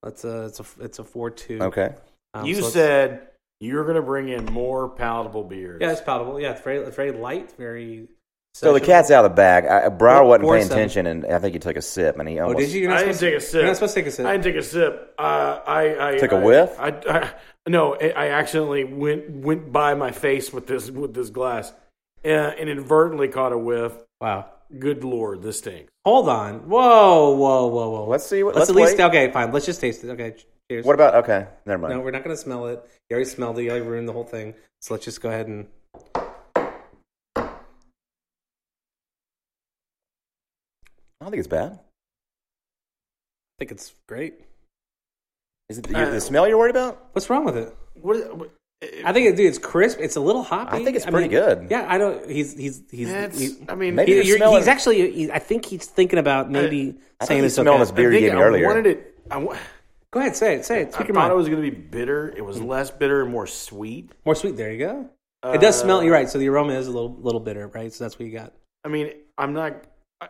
S1: That's a it's a it's a four two.
S4: Okay.
S1: Um,
S3: you
S1: so it's-
S3: said you're going to bring in more palatable beers.
S1: yeah, it's palatable. Yeah, it's very it's very light, very.
S4: So the cat's out of the bag. I, Brower
S1: Four-
S4: wasn't
S1: four
S4: paying
S1: seven.
S4: attention, and I think he took a sip, and he
S1: Oh,
S4: almost.
S1: did you? You're not
S3: I didn't
S1: supposed to-
S3: take a sip.
S1: You're not supposed to take a sip.
S3: I didn't take a sip. Uh, I, I
S4: Took a
S3: I-
S4: whiff?
S3: I, I no, I I accidentally went went by my face with this with this glass, uh, and inadvertently caught a whiff.
S1: wow.
S3: Good lord, this stinks.
S1: Hold on. Whoa, whoa, whoa, whoa.
S4: Let's see what-
S1: Let's,
S4: let's
S1: at least.
S4: wait.
S1: Okay, fine. Let's just taste it. Okay. Cheers.
S4: What about? Okay, never mind.
S1: No, we're not gonna smell it. You already smelled it. You already ruined the whole thing. So let's just go ahead and.
S4: I don't think it's bad.
S1: I think it's great.
S4: Is it the, the smell you're worried about?
S1: What's wrong with it?
S3: What? Is, what
S1: I think it, dude, it's crisp. It's a little hoppy.
S4: I think it's pretty good.
S1: Yeah, I don't. He's he's he's.
S3: that's,
S1: he's
S3: I mean,
S4: Maybe
S1: he-
S4: you're
S1: you're-
S4: smelling-
S1: he's actually. He, I think he's thinking about maybe
S4: I
S1: saying
S4: think
S1: it's
S4: you smell
S1: okay.
S4: this beer
S3: I
S4: you
S3: think
S4: gave me
S3: I
S4: earlier.
S3: wanted it. I, wa-
S1: Go ahead, say it. Say it.
S3: I
S1: Speak your
S3: thought
S1: mind.
S3: it was going to be bitter. It was less bitter and more sweet. Uh,
S1: More sweet. There you go. it does smell. You're right. So the aroma is a little little bitter, right? So that's what you got.
S3: I mean, I'm not. I,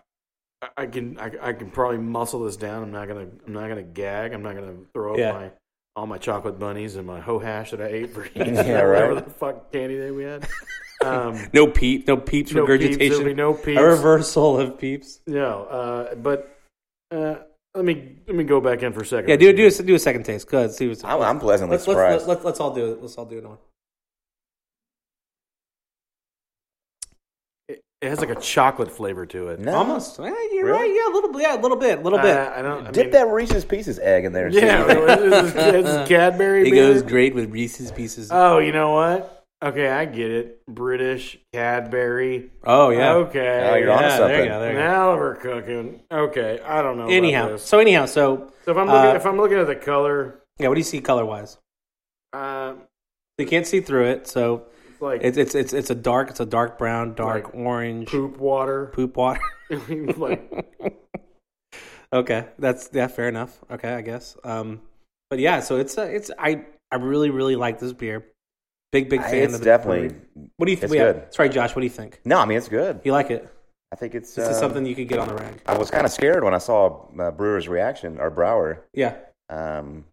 S3: I can I, I can probably muscle this down. I'm not gonna I'm not gonna gag. I'm not gonna throw up
S1: Yeah.
S3: my all my chocolate bunnies and my ho hash that I ate for Easter,
S4: Yeah,
S3: or whatever
S4: right.
S3: the fuck candy that we had. Um,
S1: No peep. No peeps.
S3: No peeps,
S1: regurgitation.
S3: there'll be no peeps.
S1: A reversal of peeps.
S3: no, uh, but uh, let me let me go back in for a second.
S1: Yeah, do do a, do a second taste. Good. See what's.
S4: I'm, I'm pleasantly
S1: let's, let's,
S4: surprised.
S1: let's let's let's all do it. Let's all do it on.
S3: It, it has like a chocolate flavor to it.
S4: no,
S1: Almost. Yeah, you're
S4: Really?
S1: right. Yeah, a little bit. Yeah, a little bit. A little bit.
S3: I, I don't. I
S4: Dip
S3: mean,
S4: that Reese's Pieces egg in there.
S3: Yeah,
S4: Steve.
S3: it's, it's Cadbury.
S1: It
S3: beer.
S1: goes great with Reese's Pieces.
S3: Oh, you know what? Okay, I get it. British Cadbury.
S1: oh yeah.
S3: Okay.
S4: Oh, you're
S1: yeah,
S4: onto
S1: There
S4: something.
S1: you go. There you go.
S3: Now we're cooking. Okay, I don't know. about
S1: anyhow,
S3: this.
S1: so anyhow, so
S3: so if I'm
S1: uh,
S3: looking, if I'm looking at the color,
S1: yeah, what do you see color wise?
S3: uh,
S1: You can't see through it, so
S3: it's like
S1: it's it's it's it's a dark, it's a dark brown, dark orange, poop,
S3: poop water.
S1: water.
S3: like,
S1: okay, that's yeah, fair enough. Okay, I guess. Um, but yeah, so it's a, it's I I really really like this beer. Big big
S4: I-
S1: fan
S4: it's
S1: of the
S4: definitely.
S1: brewery. What do you think?
S4: it's
S1: Yeah,
S4: good.
S1: sorry, Josh. What do you think?
S4: No, I mean it's good.
S1: You like it?
S4: I think it's.
S1: This
S4: uh,
S1: is something you could get on the rack.
S4: I was kind of scared when I saw uh, Brewer's reaction or Brower.
S1: Yeah,
S4: Um,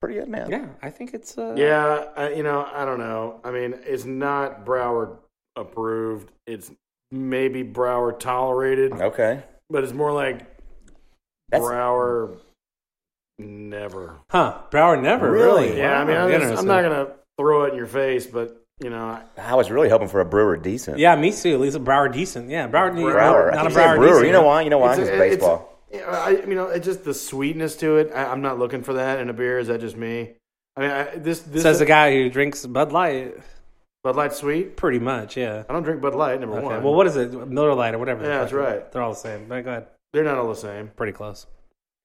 S4: pretty good, man.
S1: yeah. I think it's uh,
S3: yeah, I, you know, I don't know. I mean, it's not Broward approved. It's maybe Broward tolerated,
S4: Okay.
S3: but it's more like
S4: That's-
S3: Broward never.
S1: Huh? Brower never
S4: Really?
S1: really.
S3: Yeah, I mean,
S1: Wow,
S3: I'm, just- I'm
S1: interesting.
S3: not gonna throw it in your face, but you know, I-
S4: I was really hoping for a Brewer decent.
S1: Yeah, me too. At least a Brower decent. Yeah, Brower.
S4: Brower. I
S1: Not a
S4: keep saying
S1: Brower
S4: Brewer.
S1: decent.
S4: You know why? You know why?
S3: It's
S4: Because
S3: a- it's-
S4: baseball.
S3: Yeah, I you know, it's just the sweetness to it. I, I'm not looking for that in a beer. Is that just me? I mean, I, this this
S1: Says the guy who drinks Bud Light,
S3: Bud Light sweet.
S1: pretty much, yeah.
S3: I don't drink Bud Light. Number
S1: Okay.
S3: one.
S1: Well, what is it? Miller Light or whatever. the
S3: Yeah, that's
S1: fuck it-
S3: right.
S1: They're all the same. But go ahead.
S3: they're not all the same.
S1: Pretty close.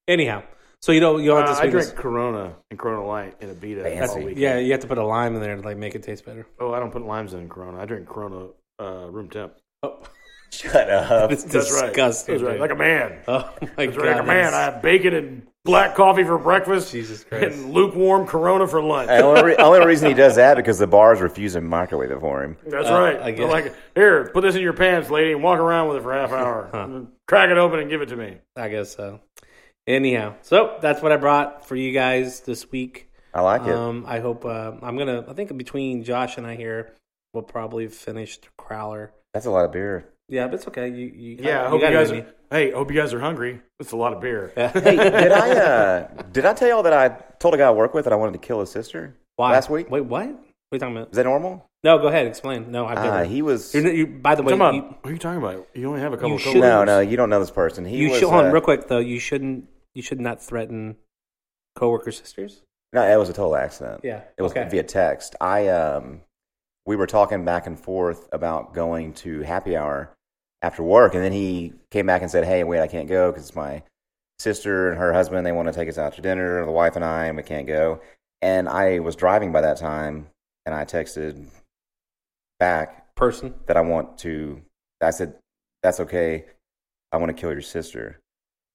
S1: Anyhow, so you don't you don't
S3: Uh,
S1: have to
S3: I
S1: speak
S3: drink Corona and Corona Light and a Beta
S4: Fancy.
S3: all weekend.
S1: Yeah, you have to put a lime in there to like make it taste better.
S3: Oh, I don't put limes in Corona. I drink Corona uh, room temp.
S1: Oh,
S4: Shut up.
S1: it's
S3: That's right.
S1: disgusting.
S3: That's right.
S1: dude.
S3: Like a man.
S1: oh my god.
S3: That's right. Like a man. I have bacon and black coffee for breakfast.
S1: Jesus Christ.
S3: And lukewarm Corona for lunch.
S4: And only, re- only reason he does that because the bars refuse to microwave it for him.
S3: That's
S1: Uh,
S3: right.
S1: I get
S3: They're
S1: it.
S3: like, here, put this in your pants, lady, and walk around with it for half an hour. Crack it open and give it to me.
S1: I guess so. Anyhow, so that's what I brought for you guys this week.
S4: I like it.
S1: Um, I hope uh, I'm gonna. I think between Josh and I here, we'll probably finish the Crowler.
S4: That's a lot of beer.
S1: Yeah, but it's okay. You, you
S3: Yeah, I hope you
S1: got it
S3: guys.
S1: in
S3: Are, hey, hope you guys are hungry. That's a lot of beer.
S4: Hey, did I uh, did I tell y'all that I told a guy I work with that I wanted to kill his sister
S1: Why?
S4: last week?
S1: Wait, what? What are you talking about?
S4: Is that normal?
S1: No, go ahead. Explain. No,
S3: Ah,
S1: I've
S4: Uh,
S1: never.
S4: he was.
S1: You're, you, by the way,
S3: Come on.
S1: you,
S3: what are you talking about? You only have a
S1: You
S3: couple.
S1: should-
S3: cold
S4: No, no, you don't know this person. He
S1: you
S4: was.
S1: should, hold
S4: uh,
S1: on real quick though. You shouldn't. You should not threaten coworker sisters.
S4: No, it was a total accident.
S1: Yeah.
S4: It was
S1: okay.
S4: via text. I um, we were talking back and forth about going to happy hour after work, and then he came back and said, "Hey, wait, I can't go because it's my sister and her husband. They want to take us out to dinner, the wife and I, and we can't go." And I was driving by that time, and I texted back
S1: Person.
S4: that I want to. I said, "That's okay. I want to kill your sister,"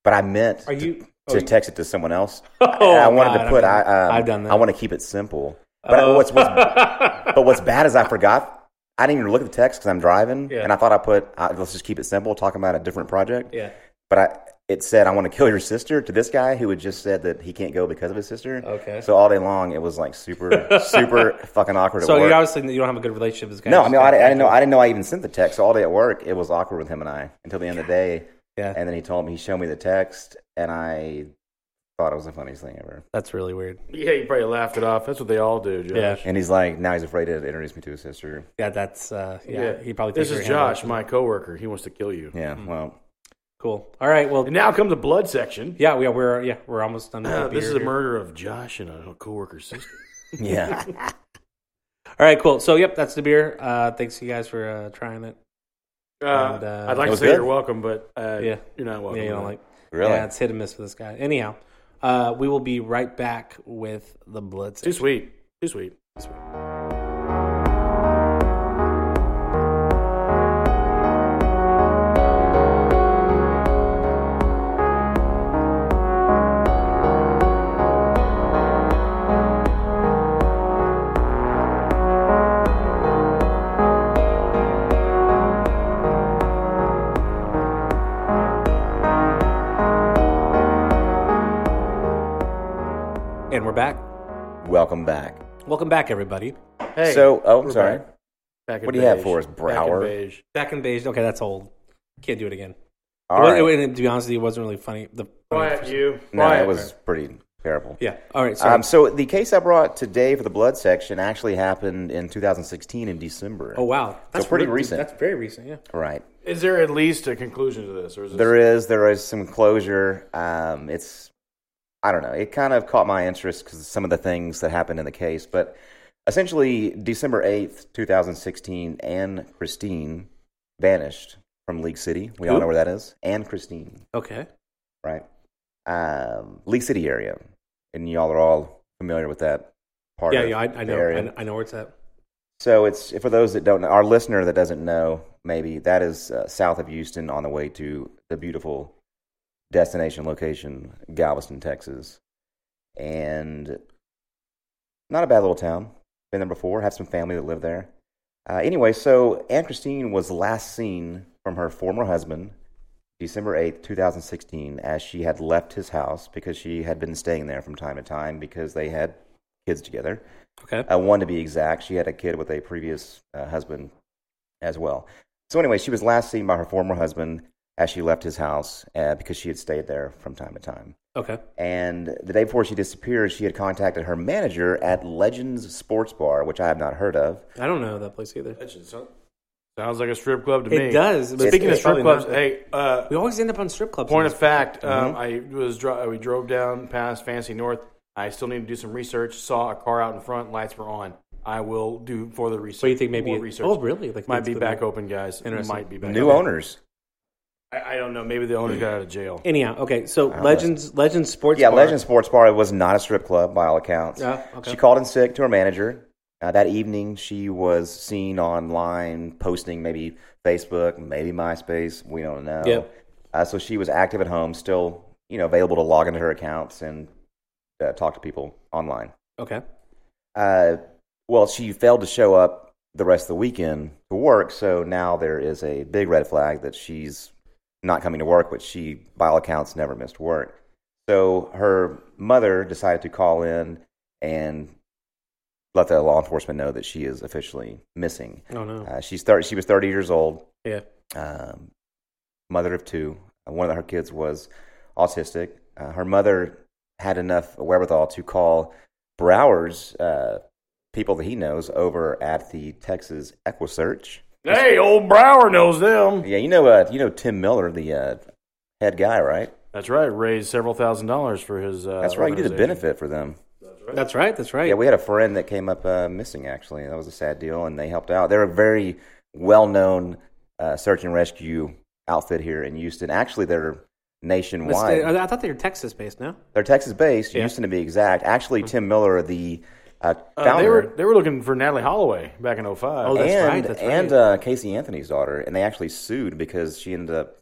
S4: but I meant
S1: Are
S4: to-
S1: you?
S4: to
S1: oh,
S4: text it to someone else.
S1: Oh,
S4: and I wanted
S1: God,
S4: to put.
S1: I
S4: I,
S1: mean,
S4: um,
S1: I've done that.
S4: I want to keep it simple. But I-
S1: Oh.
S4: what's, what's but what's bad is I forgot. I didn't even look at the text because I'm driving,
S1: Yeah.
S4: and I thought I put. I, let's just keep it simple. Talking about a different project.
S1: yeah.
S4: But I it said I want to kill your sister to this guy who had just said that he can't go because of his sister.
S1: Okay.
S4: So all day long it was like super super fucking awkward.
S1: So
S4: at
S1: you
S4: work.
S1: obviously you don't have a good relationship with this guy.
S4: No, I
S1: Just
S4: mean I,
S1: kinda
S4: didn't- I didn't know.
S1: thankful.
S4: I didn't know I even sent the text. So all day at work it was awkward with him and I until the end of the day.
S1: Yeah.
S4: And then he told me he showed me the text, and I thought it was the funniest thing ever.
S1: That's really weird.
S3: Yeah, you probably laughed it off. That's what they all do, Josh.
S1: Yeah.
S4: And he's like, now he's afraid to introduce me to his sister.
S1: Yeah, that's uh, yeah, He probably
S3: This
S1: thinks
S3: is
S1: you're handling-
S3: Josh, my coworker. He wants to kill you.
S4: Yeah,
S1: Hmm.
S4: well,
S1: Cool. All right. Well,
S3: And now comes the blood section. Uh,
S1: yeah, we are, we're yeah we're almost done. With the
S3: this
S1: beer
S3: is a
S1: here.
S3: murder of Josh and a coworker's sister.
S4: yeah.
S1: All right. Cool. So yep, that's the beer. Uh, thanks you guys for uh, trying it.
S3: Uh,
S1: And, uh,
S3: I'd like
S4: It
S3: to
S4: was
S3: say
S4: good?
S3: you're welcome, but uh,
S1: Yeah.
S3: you're not welcome.
S1: yeah, you
S3: to
S1: don't
S3: that.
S1: like.
S4: really?
S1: Yeah, it's hit and miss with this guy. Anyhow, uh, we will be right back with the blood.
S3: too
S1: section.
S3: sweet, too sweet.
S1: And we're back.
S4: Welcome back.
S1: Welcome back, everybody.
S3: Hey,
S4: so, oh, I'm
S3: we're
S4: sorry.
S3: back. Back in
S4: What do you have
S3: beige.
S4: for us,
S3: Back in
S4: Brower?
S3: beige.
S1: Back in beige. Okay, that's old. Can't do it again.
S4: All
S1: Well,
S4: right.
S1: it- and to be honest, with you, it wasn't really funny. The
S3: Quiet you.
S4: no,
S3: Quiet.
S4: it was pretty terrible.
S1: yeah. All right. So
S4: Um, so the case I brought today for the blood section actually happened in 2016 in December.
S1: oh wow, that's
S4: pretty
S1: really-
S4: recent.
S1: That's very recent. Yeah.
S4: right.
S3: Is there at least a conclusion to this, or is
S4: There is there is some closure. Um, it's I don't know. It kind of caught my interest because some of the things that happened in the case, but essentially December eighth, two thousand sixteen, Anne Christine vanished from League City. We all
S1: Who?
S4: know where that is. Anne Christine,
S1: Okay.
S4: right? Um, League City area, and y'all are all familiar with that part.
S1: Yeah.
S4: of
S1: Yeah. I, I
S4: the
S1: know.
S4: area.
S1: I, I know where it's at.
S4: So it's for those that don't know, our listener that doesn't know, maybe that is uh, south of Houston on the way to the beautiful destination location, Galveston, Texas, and not a bad little town. Been there before. Have some family that live there. Uh, anyway, so Anne Christine was last seen from her former husband, December eighth, two thousand sixteen, as she had left his house because she had been staying there from time to time because they had kids together
S1: Okay.
S4: uh, one to be exact. She had a kid with a previous uh, husband as well. So anyway, she was last seen by her former husband as she left his house uh, because she had stayed there from time to time.
S1: Okay.
S4: And the day before she disappeared, she had contacted her manager at Legends Sports Bar, which I have not heard of.
S1: I don't know that place either.
S3: Legends, huh? Sounds like a strip club to
S1: It
S3: me.
S1: does, but
S3: Speaking
S1: it's
S3: of strip
S1: probably not
S3: clubs,
S1: that-
S3: hey, uh,
S1: We always end up on strip clubs.
S3: point of fact, um,
S4: Mm-hmm.
S3: I was dri- we drove down past Fancy North. I still need to do some research. Saw a car out in front, lights were on. I will do further research.
S1: so you think maybe
S3: more
S1: it-
S3: research?
S1: Oh, really? Like
S3: might
S1: that's
S3: be
S1: the-
S3: back open, guys. It
S1: Interesting.
S3: might be back.
S4: New
S3: open.
S4: owners.
S3: I, I don't know. Maybe the owner got out of jail.
S1: Anyhow, okay. So
S4: know.
S1: Legends, Legends Sports.
S4: Yeah,
S1: Bar.
S4: Legend Sports Bar was not a strip club by all accounts.
S1: Yeah, okay.
S4: She called in sick to her manager. Uh, that evening, she was seen online posting maybe Facebook, maybe MySpace. We don't know.
S1: Yep.
S4: Uh, so she was active at home, still you know available to log into her accounts and uh, talk to people online.
S1: Okay.
S4: Uh, well, she failed to show up the rest of the weekend to work, so now there is a big red flag that she's not coming to work, which she, by all accounts, never missed work. So her mother decided to call in and let the law enforcement know that she is officially missing.
S1: Oh no.
S4: Uh, she's thir- she was 30 years old,
S1: Yeah.
S4: um, mother of two. Uh, One of her kids was autistic. Uh, her mother had enough wherewithal to call Browers, uh, people that he knows, over at the Texas Equisearch.
S3: Hey, old Brower knows them.
S4: Yeah, you know, uh, you know Tim Miller, the uh, head guy, right?
S3: That's right. Raised several thousand dollars for his. Uh,
S4: That's right. You did a
S3: organization.
S4: benefit for them.
S1: That's right. That's right.
S4: Yeah, we had a friend that came up uh, missing actually. That was a sad deal, and they helped out. They're a very well-known uh, search and rescue outfit here in Houston. Actually, they're
S1: But
S4: nationwide.
S1: stay- I thought they were Texas based. No.
S4: They're Texas based,
S1: Yeah.
S4: Houston to be exact. Actually, Tim Miller, the uh,
S3: Uh, they
S4: founder,
S3: were they were looking for Natalie Holloway back in 05.
S1: Oh, that's
S4: and,
S1: right, that's
S4: and
S1: right.
S4: uh, Casey Anthony's daughter, and they actually sued because she ended up,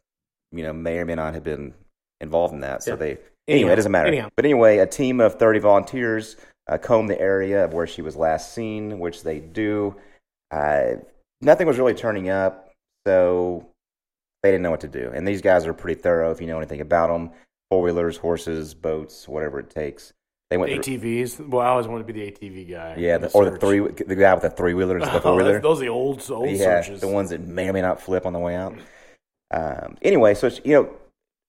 S4: you know, may or may not have been involved in that. So
S1: Yeah.
S4: they, anyway,
S1: Anyhow,
S4: it doesn't matter.
S1: anyhow.
S4: But anyway, a team of 30 volunteers uh, combed the area of where she was last seen, which they do. Uh, nothing was really turning up, so they didn't know what to do. And these guys are pretty thorough if you know anything about them four wheelers, horses, boats, whatever it takes. They went through-
S3: ATVs. Well, I always wanted to be the ATV guy.
S4: Yeah,
S3: in
S4: the, or the
S3: search.
S4: three, the guy with the three wheeler is the
S3: Oh,
S4: four wheeler.
S3: that's- those are the old old
S4: yeah,
S3: searches.
S4: the ones that may or may not flip on the way out. Um, anyway, so it's, you know,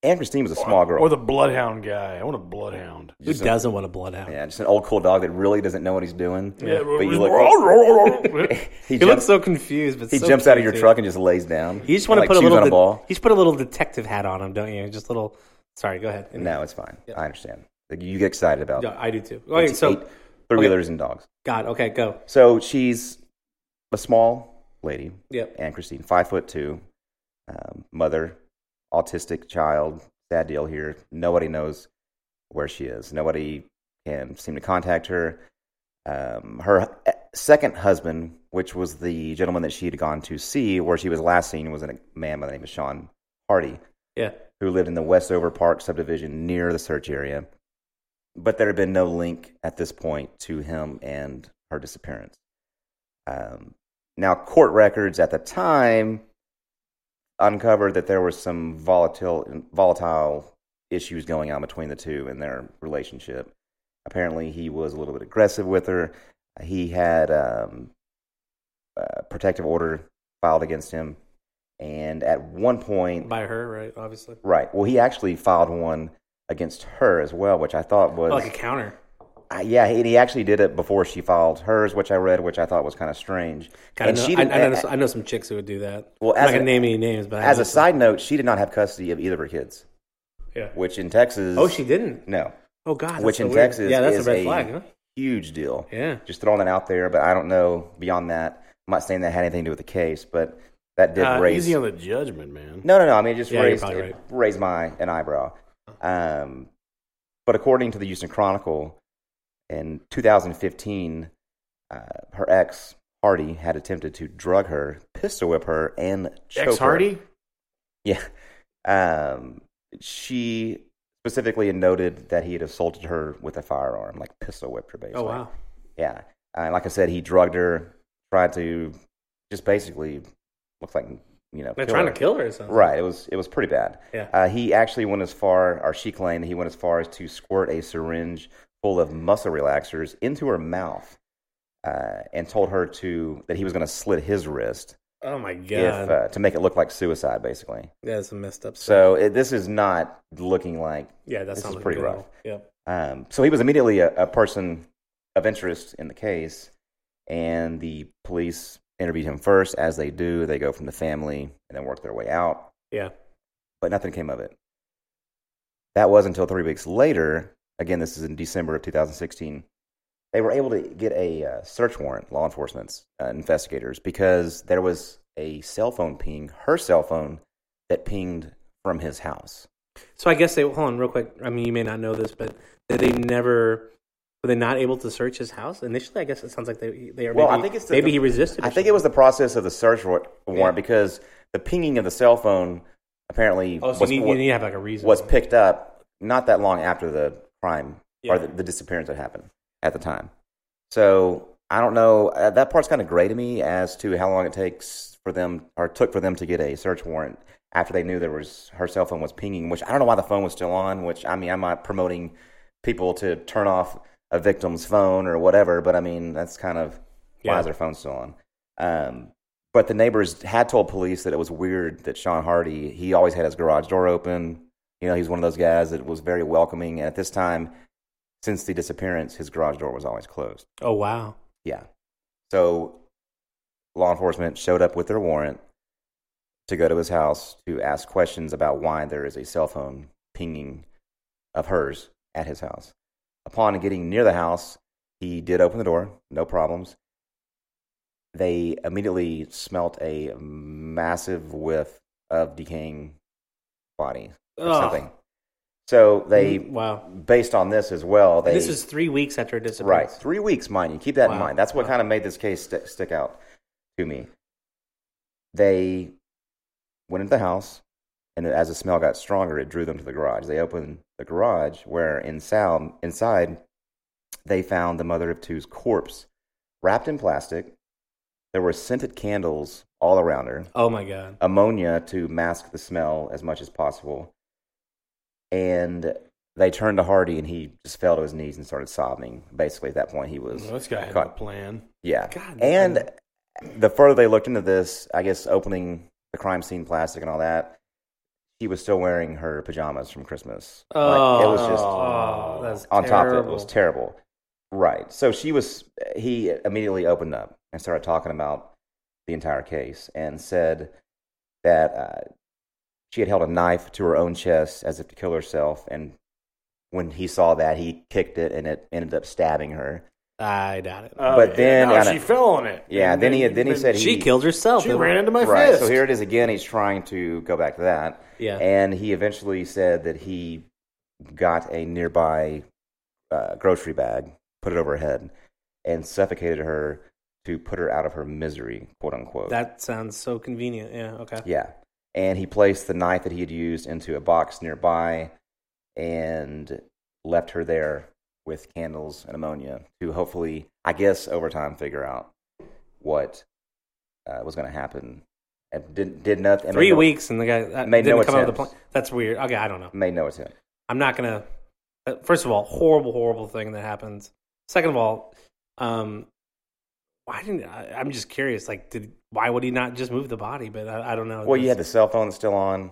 S4: Anne Christine was a small girl,
S3: or the bloodhound guy. I want a bloodhound.
S1: Who
S4: Just a-
S1: doesn't want a bloodhound?
S4: yeah, just an old cool dog that really doesn't know what he's doing. but you look,
S3: look,
S4: he,
S1: He
S4: jumps,
S1: looks so confused. But
S4: he
S1: so
S4: jumps out of your
S1: cute.
S4: truck and just lays down.
S1: You just want to
S4: like
S1: put a
S4: chews
S1: little.
S4: on a
S1: de-
S4: ball.
S1: You just put a little detective hat on him, don't you? Just a little. Sorry. Go ahead.
S4: No, it's fine. I understand. Like, you get excited about
S1: Yeah, I do too. Okay, so
S4: three wheelers and dogs.
S1: God. Okay. Go.
S4: So she's a small lady,
S1: Yep.
S4: Anne Christine, five foot two, um, mother, autistic child. Sad deal here. Nobody knows where she is. Nobody can seem to contact her. Um, her h- second husband, which was the gentleman that she had gone to see where she was last seen, was a man by the name of Sean Hardy
S1: Yeah.
S4: who lived in the Westover Park subdivision near the search area, but there had been no link at this point to him and her disappearance. Um, now, court records at the time uncovered that there was some volatile, volatile issues going on between the two in their relationship. Apparently, he was a little bit aggressive with her. He had um, a protective order filed against him. And at one point,
S1: By her, right? Obviously.
S4: Right. Well, he actually filed one against her as well, which I thought was
S1: Oh, Like a counter.
S4: Uh, yeah. And he actually did it before she filed hers, which I read, which I thought was kind of strange.
S1: God, I,
S4: and
S1: know,
S4: she
S1: I,
S4: didn't.
S1: I know,
S4: a-
S1: I know some chicks who would do that.
S4: Well,
S1: I'm
S4: as
S1: not gonna
S4: a-
S1: name any names, but I
S4: as
S1: know
S4: a
S1: some-
S4: side note, she did not have custody of either of her kids,
S1: Yeah.
S4: which in Texas,
S1: Oh, she didn't.
S4: no,
S1: Oh God. that's
S4: which
S1: so
S4: in
S1: weird.
S4: Texas,
S1: Yeah, that's
S4: is
S1: a red flag. Huh?
S4: Huge deal.
S1: Yeah.
S4: Just throwing that out there, but I don't know beyond that. I'm not saying that had anything to do with the case, but that did
S3: uh,
S4: raise
S3: easy on the judgment, man.
S4: No, no, no. I mean, it just
S1: Yeah, you're
S4: raised,
S1: probably
S4: it raised my an eyebrow. Um, but according to the Houston Chronicle, in 2015, uh, her ex Hardy had attempted to drug her, pistol whip her, and choke
S3: Ex
S4: Her.
S3: Hardy.
S4: Yeah. Um, she specifically noted that he had assaulted her with a firearm, like pistol whipped her. Basically.
S1: Oh wow.
S4: Yeah. Uh, like I said, he drugged her, tried to just basically looks like you know
S1: They're
S4: kill
S1: trying
S4: her.
S1: to kill her or something.
S4: Right. It was it was pretty bad.
S1: Yeah.
S4: Uh, he actually went as far, or she claimed that he went as far as to squirt a syringe full of muscle relaxers into her mouth, uh, and told her to that he was going to slit his wrist
S1: Oh my God.
S4: if, uh, to make it look like suicide, basically.
S1: that's some messed up. stuff.
S4: So it, this is not looking like.
S1: yeah, that
S4: this
S1: sounds
S4: is pretty
S1: good
S4: rough.
S1: at all. Yep.
S4: Um, so he was immediately a, a person of interest in the case, and the police interviewed him first. As they do, they go from the family and then work their way out.
S1: Yeah.
S4: But nothing came of it. That was until three weeks later. Again, this is in December of 2016. They were able to get a uh, search warrant, law enforcement's uh, investigators, because there was a cell phone ping, her cell phone, that pinged from his house.
S1: So I guess they hold on real quick. I mean, you may not know this, but that they never were they not able to search his house initially. I guess it sounds like they they are.
S4: Well,
S1: maybe,
S4: I think it's the-
S1: maybe he resisted. or
S4: I think it was the process of the search war- warrant
S1: Yeah.
S4: because the pinging of the cell phone apparently
S1: something. Oh, so
S4: was,
S1: you need, you need to have like a reason.
S4: was picked up not that long after the crime
S1: Yeah.
S4: or the, the disappearance that happened at the time. So I don't know. Uh, that part's kind of gray to me as to how long it takes for them or took for them to get a search warrant after they knew there was her cell phone was pinging. Which I don't know why the phone was still on. Which I mean, I'm not promoting people to turn off a victim's phone or whatever, but I mean that's kind of why
S1: Yeah.
S4: is their phone still on? Um, but the neighbors had told police that it was weird that Sean Hardy, he always had his garage door open. You know, he's one of those guys that was very welcoming. And at this time, since the disappearance, his garage door was always closed.
S1: Oh wow.
S4: Yeah. So law enforcement showed up with their warrant to go to his house to ask questions about why there is a cell phone pinging of hers at his house. Upon getting near the house, he did open the door, no problems. They immediately smelt a massive whiff of decaying body or
S1: Ugh.
S4: something. So they,
S1: Oh. Mm-hmm. wow.
S4: based on this as well, they
S1: this is three weeks after it
S4: Right.
S1: disappearance.
S4: Three weeks, mind you. Keep that in
S1: Wow.
S4: mind. That's what
S1: Wow.
S4: kind of made this case st- stick out to me. They went into the house, and as the smell got stronger, it drew them to the garage. They opened the garage, where inside, inside they found the mother of two's corpse wrapped in plastic. There were scented candles all around her
S1: Oh my god.
S4: ammonia to mask the smell as much as possible. And they turned to Hardy, and he just fell to his knees and started sobbing. Basically, at that point, he was
S3: Well, this guy had a
S4: caught.
S3: plan.
S4: Yeah,
S1: God,
S4: and the further they looked into this, I guess opening the crime scene plastic and all that, he was still wearing her pajamas from Christmas.
S1: Oh,
S4: Like, it was just
S1: oh, that's
S4: on top of it, it
S1: terrible.
S4: was terrible. Right. So she was. He immediately opened up and started talking about the entire case and said that uh, she had held a knife to her own chest as if to kill herself, and when he saw that, he kicked it and it ended up stabbing her.
S1: I doubt it.
S3: Uh,
S4: But
S3: yeah,
S4: then-
S3: no,
S4: and
S3: she
S4: I-
S3: fell on it.
S4: Yeah.
S3: And
S4: Then he then he said
S1: she
S4: he
S1: killed herself.
S3: she ran into my
S4: Right.
S3: fist.
S4: So here it is again. He's trying to go back to that.
S1: Yeah.
S4: And he eventually said that he got a nearby uh, grocery bag, put it over her head, and suffocated her to put her out of her misery, quote unquote.
S1: that sounds so convenient. Yeah. Okay.
S4: yeah. And he placed the knife that he had used into a box nearby and left her there with candles and ammonia to hopefully, I guess, over time figure out what uh, was going to happen. And did, did nothing. and
S1: Three
S4: made no-
S1: weeks and the guy that
S4: made
S1: didn't
S4: no
S1: come out with a
S4: attempts.
S1: plan. That's weird. Okay, I don't know.
S4: Made no attempt.
S1: I'm not gonna. uh, First of all, horrible, horrible thing that happens. Second of all, um, why didn't I, I'm just curious? Like, did why would he not just move the body? But I, I don't know.
S4: Well, you had the
S1: That's-
S4: cell phone still on.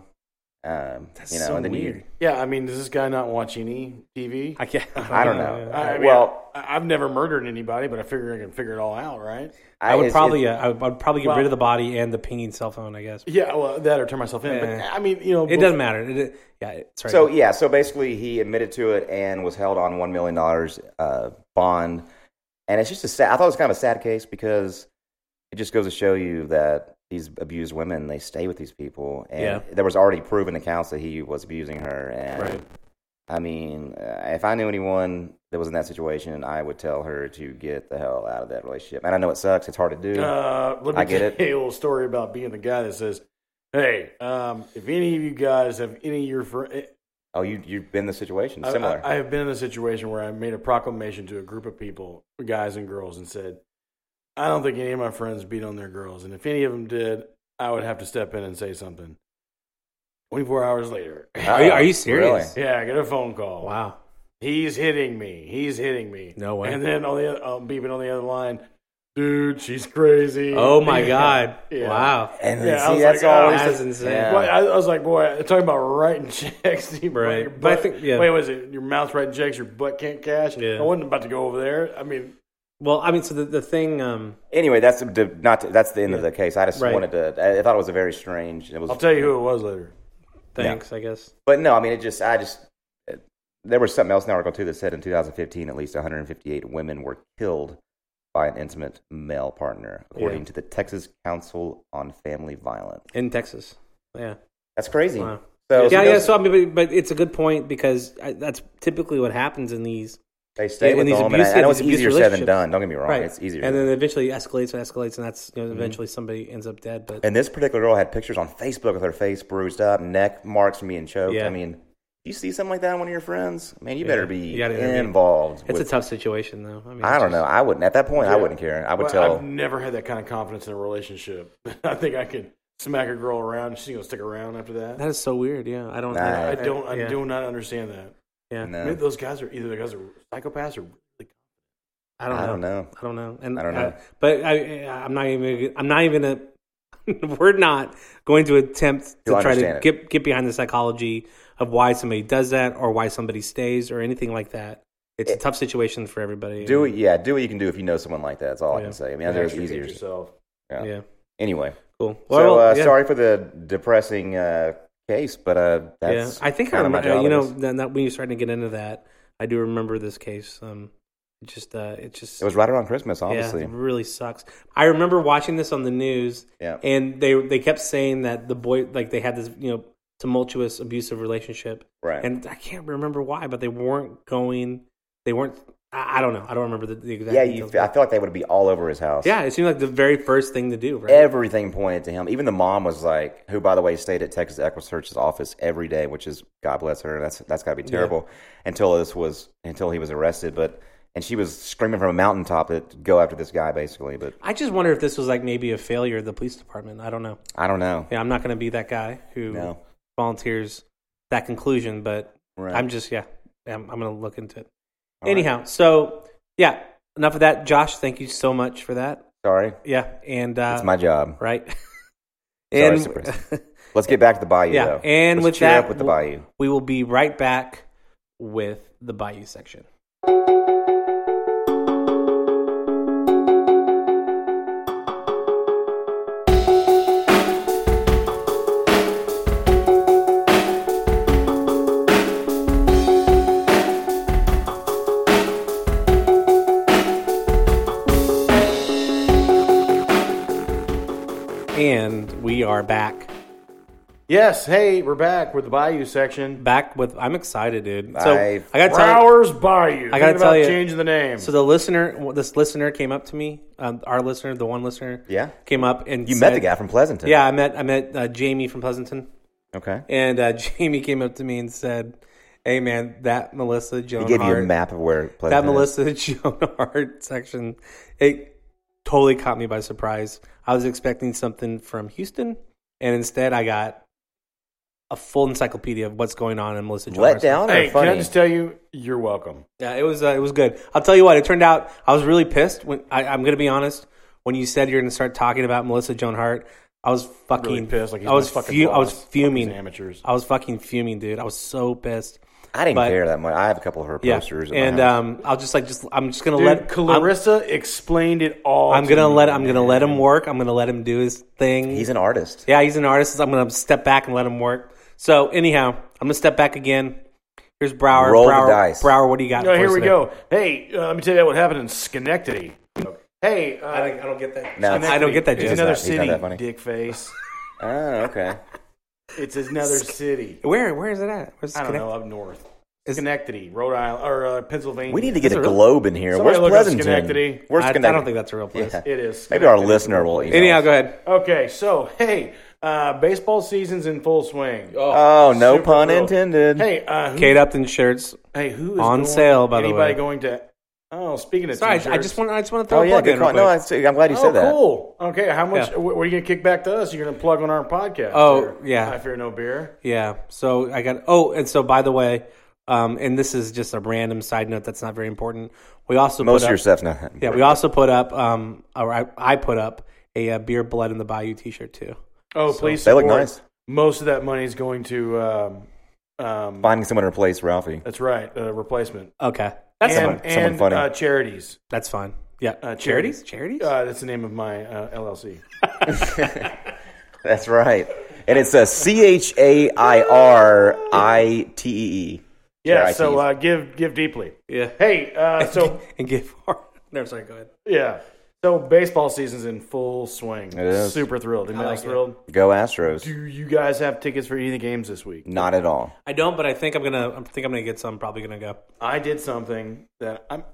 S4: Um,
S1: That's
S4: you know,
S1: so
S4: and then you-
S1: weird.
S3: Yeah, I mean, does this guy not watch any TV?
S1: I can't.
S4: I don't know.
S3: I, I mean,
S4: Well-
S3: I, have never murdered anybody, but I figure I can figure it all out, right?
S1: I, would
S4: it's-
S1: probably.
S4: it-
S1: uh, I would, I would probably get
S3: Well-
S1: rid of the body and the pinging cell phone. I guess
S3: Yeah, well, that or turn myself in.
S1: Yeah.
S3: But I mean, you know,
S1: it doesn't matter. It, it, yeah. It, sorry.
S4: so yeah, so basically he admitted to it and was held on one million dollars uh, bond, and it's just a sad. I thought it was kind of a sad case because it just goes to show you that these abused women they stay with these people, and
S1: Yeah.
S4: there was already proven accounts that he was abusing her, and
S1: Right.
S4: I mean, uh, if I knew anyone that was in that situation, I would tell her to get the hell out of that relationship. And I know it sucks; it's hard to do.
S3: Uh, let me
S4: I get
S3: tell
S4: it.
S3: you a little story about being the guy that says, "Hey, um, if any of you guys have any of your friends."
S4: oh, you you've been in the situation
S3: I-
S4: similar.
S3: I, I have been in a situation where I made a proclamation to a group of people, guys and girls, and said, I don't think any of my friends beat on their girls. And if any of them did, I would have to step in and say something. 24 hours later.
S1: Are you- are you serious?
S3: yeah, I get a phone call.
S1: Wow.
S3: He's hitting me. He's hitting me.
S1: No way.
S3: And then on the other, um, beeping on the other line, dude, she's crazy.
S1: Oh my God.
S3: Yeah.
S1: Wow.
S4: And
S3: Yeah, I
S4: see,
S3: was
S4: that's
S3: like, oh,
S4: always
S1: That's
S4: the-
S1: insane.
S4: Yeah.
S3: Well, I, I was like, boy, I'm talking about writing checks. to your
S1: Right.
S3: butt- your
S1: But I
S3: butt-
S1: think- yeah.
S3: Wait, was it your mouth's writing checks, your butt can't cash?
S1: Yeah.
S3: I wasn't about to go over there. I mean,
S1: Well, I mean, so the, the thing, um,
S4: Anyway, that's the, not that's the end of the case. I just
S1: Right.
S4: wanted to. I thought it was a very strange. It was.
S3: I'll tell you who it was later.
S1: thanks, I guess.
S4: But no, I mean, it just, I just, there was something else in the article too that said in 2015, at least 158 women were killed by an intimate male partner, according
S1: Yeah.
S4: to the Texas Council on Family Violence.
S1: In Texas. Yeah.
S4: That's crazy.
S1: Wow.
S4: So
S1: yeah,
S4: those-
S1: yeah. So I mean, but, but it's a good point because I, that's typically what happens in these.
S4: they stay
S1: and
S4: with
S1: these
S4: home, and I,
S1: abuse-
S4: I know it's
S1: these abuse
S4: easier said than
S1: relationships.
S4: done. Don't get me wrong,
S1: right.
S4: it's easier. Mm-hmm.
S1: And then it eventually escalates and escalates, and that's you know eventually somebody ends up dead. But
S4: and this particular girl had pictures on Facebook of her face bruised up, neck marks from being choked.
S1: Yeah.
S4: I mean, you see something like that on one of your friends, man, you better be
S1: You gotta intervene.
S4: involved.
S1: it's a
S4: with-
S1: tough situation, though. I mean,
S4: I
S1: it's just-
S4: don't know. I wouldn't at that point. I
S3: Yeah.
S4: wouldn't care. I would
S3: But
S4: tell.
S3: I've never had that kind of confidence in a relationship. I think I could smack a girl around and she's gonna stick around after that.
S1: That is so weird. Yeah, I don't.
S4: Nah.
S3: I
S1: I,
S3: don't. I
S1: yeah.
S3: do not understand that.
S1: Yeah,
S4: no.
S3: I mean, those guys are either the guys are psychopaths or like,
S1: I don't.
S4: I
S1: know.
S4: don't know.
S1: I don't know. And
S4: I don't know.
S1: but I, I'm not even. I'm not even a. we're not going to attempt to
S4: You'll
S1: try
S4: understand
S1: to
S4: it.
S1: get get behind the psychology of why somebody does that or why somebody stays or anything like that. It's a tough situation for everybody.
S4: Do what, yeah, do what you can do if you know someone like that. That's all I
S1: Yeah.
S4: can say. I mean, I know it's
S3: actually hit
S4: easier.
S3: yourself.
S4: Yeah.
S1: Yeah.
S4: Anyway,
S1: Cool.
S4: so uh,
S1: yeah.
S4: sorry for the depressing uh, case, but uh,
S1: Yeah,
S4: that's
S1: I think I
S4: kind of my
S1: remember.
S4: job.
S1: You know,
S4: it, is.
S1: then that when you're starting to get into that, I do remember this case. Um, it just, uh, it just,
S4: it was right around Christmas,
S1: yeah,
S4: obviously.
S1: it really sucks. I remember watching this on the news,
S4: Yeah.
S1: and they they kept saying that the boy, like they had this, you know, tumultuous abusive relationship,
S4: Right.
S1: And I can't remember why, but they weren't going. They weren't. I, I don't know. I don't remember the, the exact.
S4: Yeah, you,
S1: details,
S4: I
S1: but-
S4: feel like they would be all over his house.
S1: yeah. It seemed like the very first thing to do, right?
S4: Everything pointed to him. Even the mom was like, who, by the way, stayed at Texas Equisearch's office every day, which is God bless her. That's that's got to be terrible. Until this was until he was arrested, but and she was screaming from a mountaintop to go after this guy, basically. But
S1: I just wonder if this was like maybe a failure of the police department. I don't know.
S4: I don't know.
S1: Yeah, I'm not going to be that guy who
S4: No.
S1: volunteers that conclusion, but
S4: Right.
S1: I'm just yeah, I'm, I'm going to look into it.
S4: All right.
S1: Anyhow, so yeah, enough of that. Josh, thank you so much for that.
S4: Sorry,
S1: Yeah, and uh,
S4: it's my job.
S1: right.
S4: Sorry,
S1: and
S4: surprise. Let's get back to the Bayou.
S1: Yeah,
S4: though.
S1: and
S4: Let's
S1: with
S4: cheer
S1: that,
S4: up with the
S1: we'll-
S4: Bayou.
S1: we will be right back with the Bayou section. And we are back
S3: Yes. Hey, we're back with the Bayou section.
S1: back with I'm excited, dude. So I,
S4: I-
S1: gotta tell you,
S3: Browers Bayou.
S1: I gotta
S3: Thinking
S1: tell
S3: about
S1: you-
S3: changing the name.
S1: so the listener, this listener came up to me, um, our listener, the one listener,
S4: Yeah.
S1: came up and
S4: You
S1: said-
S4: met the guy from Pleasanton.
S1: Yeah, I met I met uh, Jamie from Pleasanton,
S4: Okay.
S1: and uh, Jamie came up to me and said, "Hey, man, that Melissa Joan
S4: He gave you
S1: Hart,
S4: a map of where Pleasanton
S1: that
S4: is.
S1: Melissa Joan Hart section, it totally caught me by surprise. I was expecting something from Houston, and instead I got." A full encyclopedia of what's going on in Melissa Joan
S4: Let
S1: Hart's life.
S4: down or
S3: hey,
S4: funny?
S3: can I just tell you? You're welcome.
S1: Yeah, it was uh, it was good. I'll tell you what. It turned out I was really pissed when I, I'm going to be honest. When you said you're going to start talking about Melissa Joan Hart, I was fucking
S3: Really pissed. Like he's
S1: I was
S3: my fucking
S1: fu- I
S3: boss.
S1: was
S3: Fuck these
S1: fuming.
S3: Amateurs.
S1: I was fucking fuming, dude. I was so pissed.
S4: I didn't
S1: but-
S4: care that much. I have a couple of her
S1: Yeah,
S4: posters. in my
S1: and
S4: house.
S1: um, I'll just like just I'm just going to
S3: Dude,
S1: let I'm,
S3: Clarissa explained it all.
S1: I'm
S3: to
S1: gonna
S3: me,
S1: let I'm gonna
S3: man.
S1: let him work. I'm gonna let him do his thing.
S4: he's an artist.
S1: yeah, he's an artist. I'm gonna step back and let him work. So anyhow, I'm gonna step back again. Here's Brower.
S4: Roll the
S1: Brower,
S4: dice.
S1: Brower, what do you got?
S3: No,
S1: for
S3: here
S1: us
S3: we
S1: today?
S3: go. Hey, uh, let me tell you what happened in Schenectady. Hey, uh,
S1: I don't, I don't get that.
S4: No,
S1: I don't get that,
S3: It's
S1: Jason.
S3: another
S4: He's not- he's not
S3: city,
S4: that funny.
S3: dick face.
S4: Oh, okay.
S3: It's another city.
S1: Where where is it at? Where's
S3: I don't
S1: Schenectady?
S3: know, up north.
S1: Is-
S3: Schenectady, Rhode Island, or uh, Pennsylvania.
S4: We need to get a
S1: really-
S4: globe in here.
S3: Somebody
S4: Where's
S3: look up
S4: Pleasanton?
S3: Schenectady.
S4: Where's
S1: I, I
S4: Schenectady?
S1: don't think that's a real place.
S4: Yeah.
S3: It is.
S4: Maybe our
S3: Schenectady.
S4: listener will. Email.
S1: Anyhow, go ahead.
S3: Okay, so hey, uh, baseball season's in full swing.
S4: Oh, no
S3: Super
S4: pun
S3: cool.
S4: intended.
S3: Hey, uh, who,
S1: Kate Upton shirts.
S3: hey, who is
S1: on
S3: going-
S1: sale, by the
S3: anybody
S1: way.
S3: going to? Oh, speaking of
S1: Sorry, I- I
S3: t-shirts.
S1: just want I just want to throw
S4: oh
S1: a
S4: yeah,
S1: plug
S4: good
S1: in. Real
S4: point. No, I
S1: quick.
S4: see- I'm glad you
S3: Oh,
S4: said that.
S3: cool. Okay, how much?
S1: Yeah.
S3: What, what are you gonna kick back to us? You're gonna plug on our podcast.
S1: Oh,
S3: there.
S1: yeah.
S3: I fear no beer.
S1: yeah. So I got. Oh, and so by the way, um, and this is just a random side note that's not very important. We also
S4: Most
S1: put
S4: of your
S1: up,
S4: stuff's not. that
S1: uh, yeah. We
S4: important.
S1: also put up um, or I, I put up a, uh beer blood in the bayou T-shirt too.
S3: Oh, please.
S4: They look
S3: support.
S4: nice.
S3: Most of that money is going to. Um, um,
S4: Finding someone to replace Ralphie.
S3: that's right, uh, replacement
S1: Okay, that's
S3: and
S1: fine.
S4: someone
S3: and
S4: funny.
S3: Uh, charities.
S1: That's fine. Yeah.
S3: Uh, charities?
S1: Charities?
S3: Uh, that's the name of my uh, LLC.
S4: That's right. And it's a C H A I R I T E E.
S3: Yeah.
S4: Charities.
S3: so uh, give give deeply.
S1: yeah.
S3: Hey. Uh, so
S1: and get far. No, sorry, go ahead.
S3: yeah. So baseball season's in full swing.
S4: It is.
S3: Super thrilled. Anybody
S1: like
S3: else
S1: it.
S3: thrilled?
S4: Go Astros.
S3: Do you guys have tickets for any of the games this week?
S4: Not at all.
S1: I don't, but I think I'm gonna. I think I'm gonna get some. Probably gonna go.
S3: I did something that I'm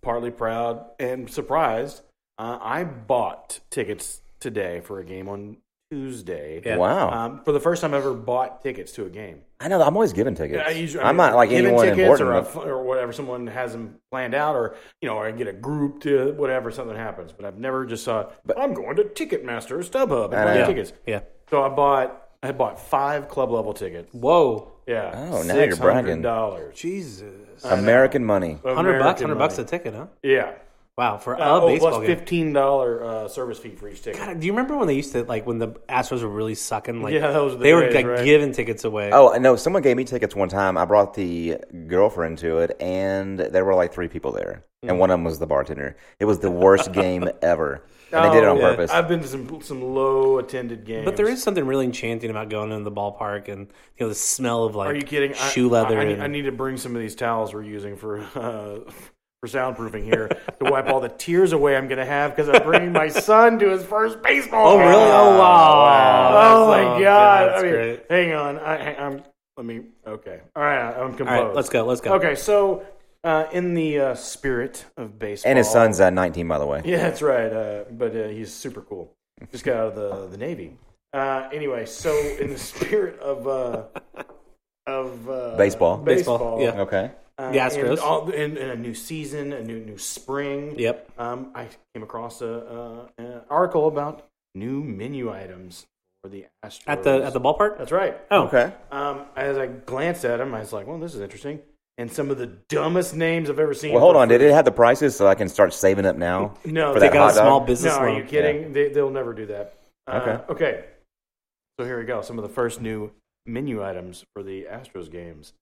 S3: partly proud and surprised. Uh, I bought tickets today for a game on Tuesday.
S1: Yeah.
S4: Wow.
S3: Um, for the first time ever, bought tickets to a game.
S4: I know. I'm always giving tickets.
S3: I usually- I
S4: I'm
S3: mean,
S4: not like
S3: given
S4: anyone
S3: tickets
S4: important.
S3: or, a
S4: but-
S3: f- or whatever. Someone has them planned out, or you know, or I get a group to whatever something happens. But I've never just saw. But I'm going to Ticketmaster or StubHub and buy
S4: yeah.
S3: tickets.
S1: Yeah.
S3: So I bought. I had bought five club level tickets.
S1: Whoa.
S3: Yeah.
S4: Oh, now you're bragging.
S3: Dollars.
S1: Jesus.
S4: American money.
S1: Hundred bucks. Hundred bucks a ticket, huh?
S3: Yeah.
S1: Wow. For a
S3: Uh, oh,
S1: baseball
S3: plus
S1: game.
S3: fifteen dollar uh, service fee for each ticket.
S1: God, do you remember when they used to like when the Astros were really sucking? Like
S3: Yeah, those were the
S1: they were
S3: days,
S1: like
S3: right?
S1: giving tickets away.
S4: Oh, I know. Someone gave me tickets one time. I brought the girlfriend to it, and there were like three people there,
S1: Hmm.
S4: and one of them was the bartender. It was the worst game ever, and they did it on
S3: Oh,
S4: purpose.
S3: I've been to some some low attended games,
S1: But there is something really enchanting about going into the ballpark and you know the smell of like
S3: Are you kidding? I-
S1: shoe leather.
S3: I, I, need,
S1: and-
S3: I need to bring some of these towels we're using for uh, for soundproofing here to wipe all the tears away I'm going to have because I'm bringing my son to his first baseball.
S1: oh
S3: game.
S1: really? Oh wow!
S3: Oh, my
S1: That's-
S3: god!
S1: oh, That's
S3: I mean,
S1: great.
S3: hang on. I, hang- I'm. Let me. Okay. All right. I'm composed.
S1: All right, let's go. Let's go.
S3: Okay. So, uh, in the uh, spirit of baseball,
S4: and his son's uh, 19, by the way.
S3: Yeah, that's right. Uh, but uh, he's super cool. Just got out of the the Navy. Uh, anyway, so in the spirit of uh, of uh,
S4: Baseball.
S1: Baseball,
S3: baseball,
S1: yeah.
S4: Okay.
S3: uh,
S1: The Astros.
S3: and, all, and, and a new season, a new new spring.
S1: Yep.
S3: Um, I came across a, uh, an article about new menu items for the Astros
S1: At the at the ballpark.
S3: That's right.
S1: Oh,
S4: Okay.
S3: Um, as I glanced at them, I was like, "Well, this is interesting." And some of the dumbest names I've ever seen.
S4: Well, hold
S3: for
S4: on. Did it have the prices so I can start saving up now?
S3: No,
S4: for
S3: they
S4: that
S1: got
S4: hot
S1: a small
S4: dog?
S1: business
S3: no,
S1: loan.
S3: are you kidding? They, they'll never do that. Uh,
S4: Okay.
S3: okay. So here we go. Some of the first new menu items for the Astros games: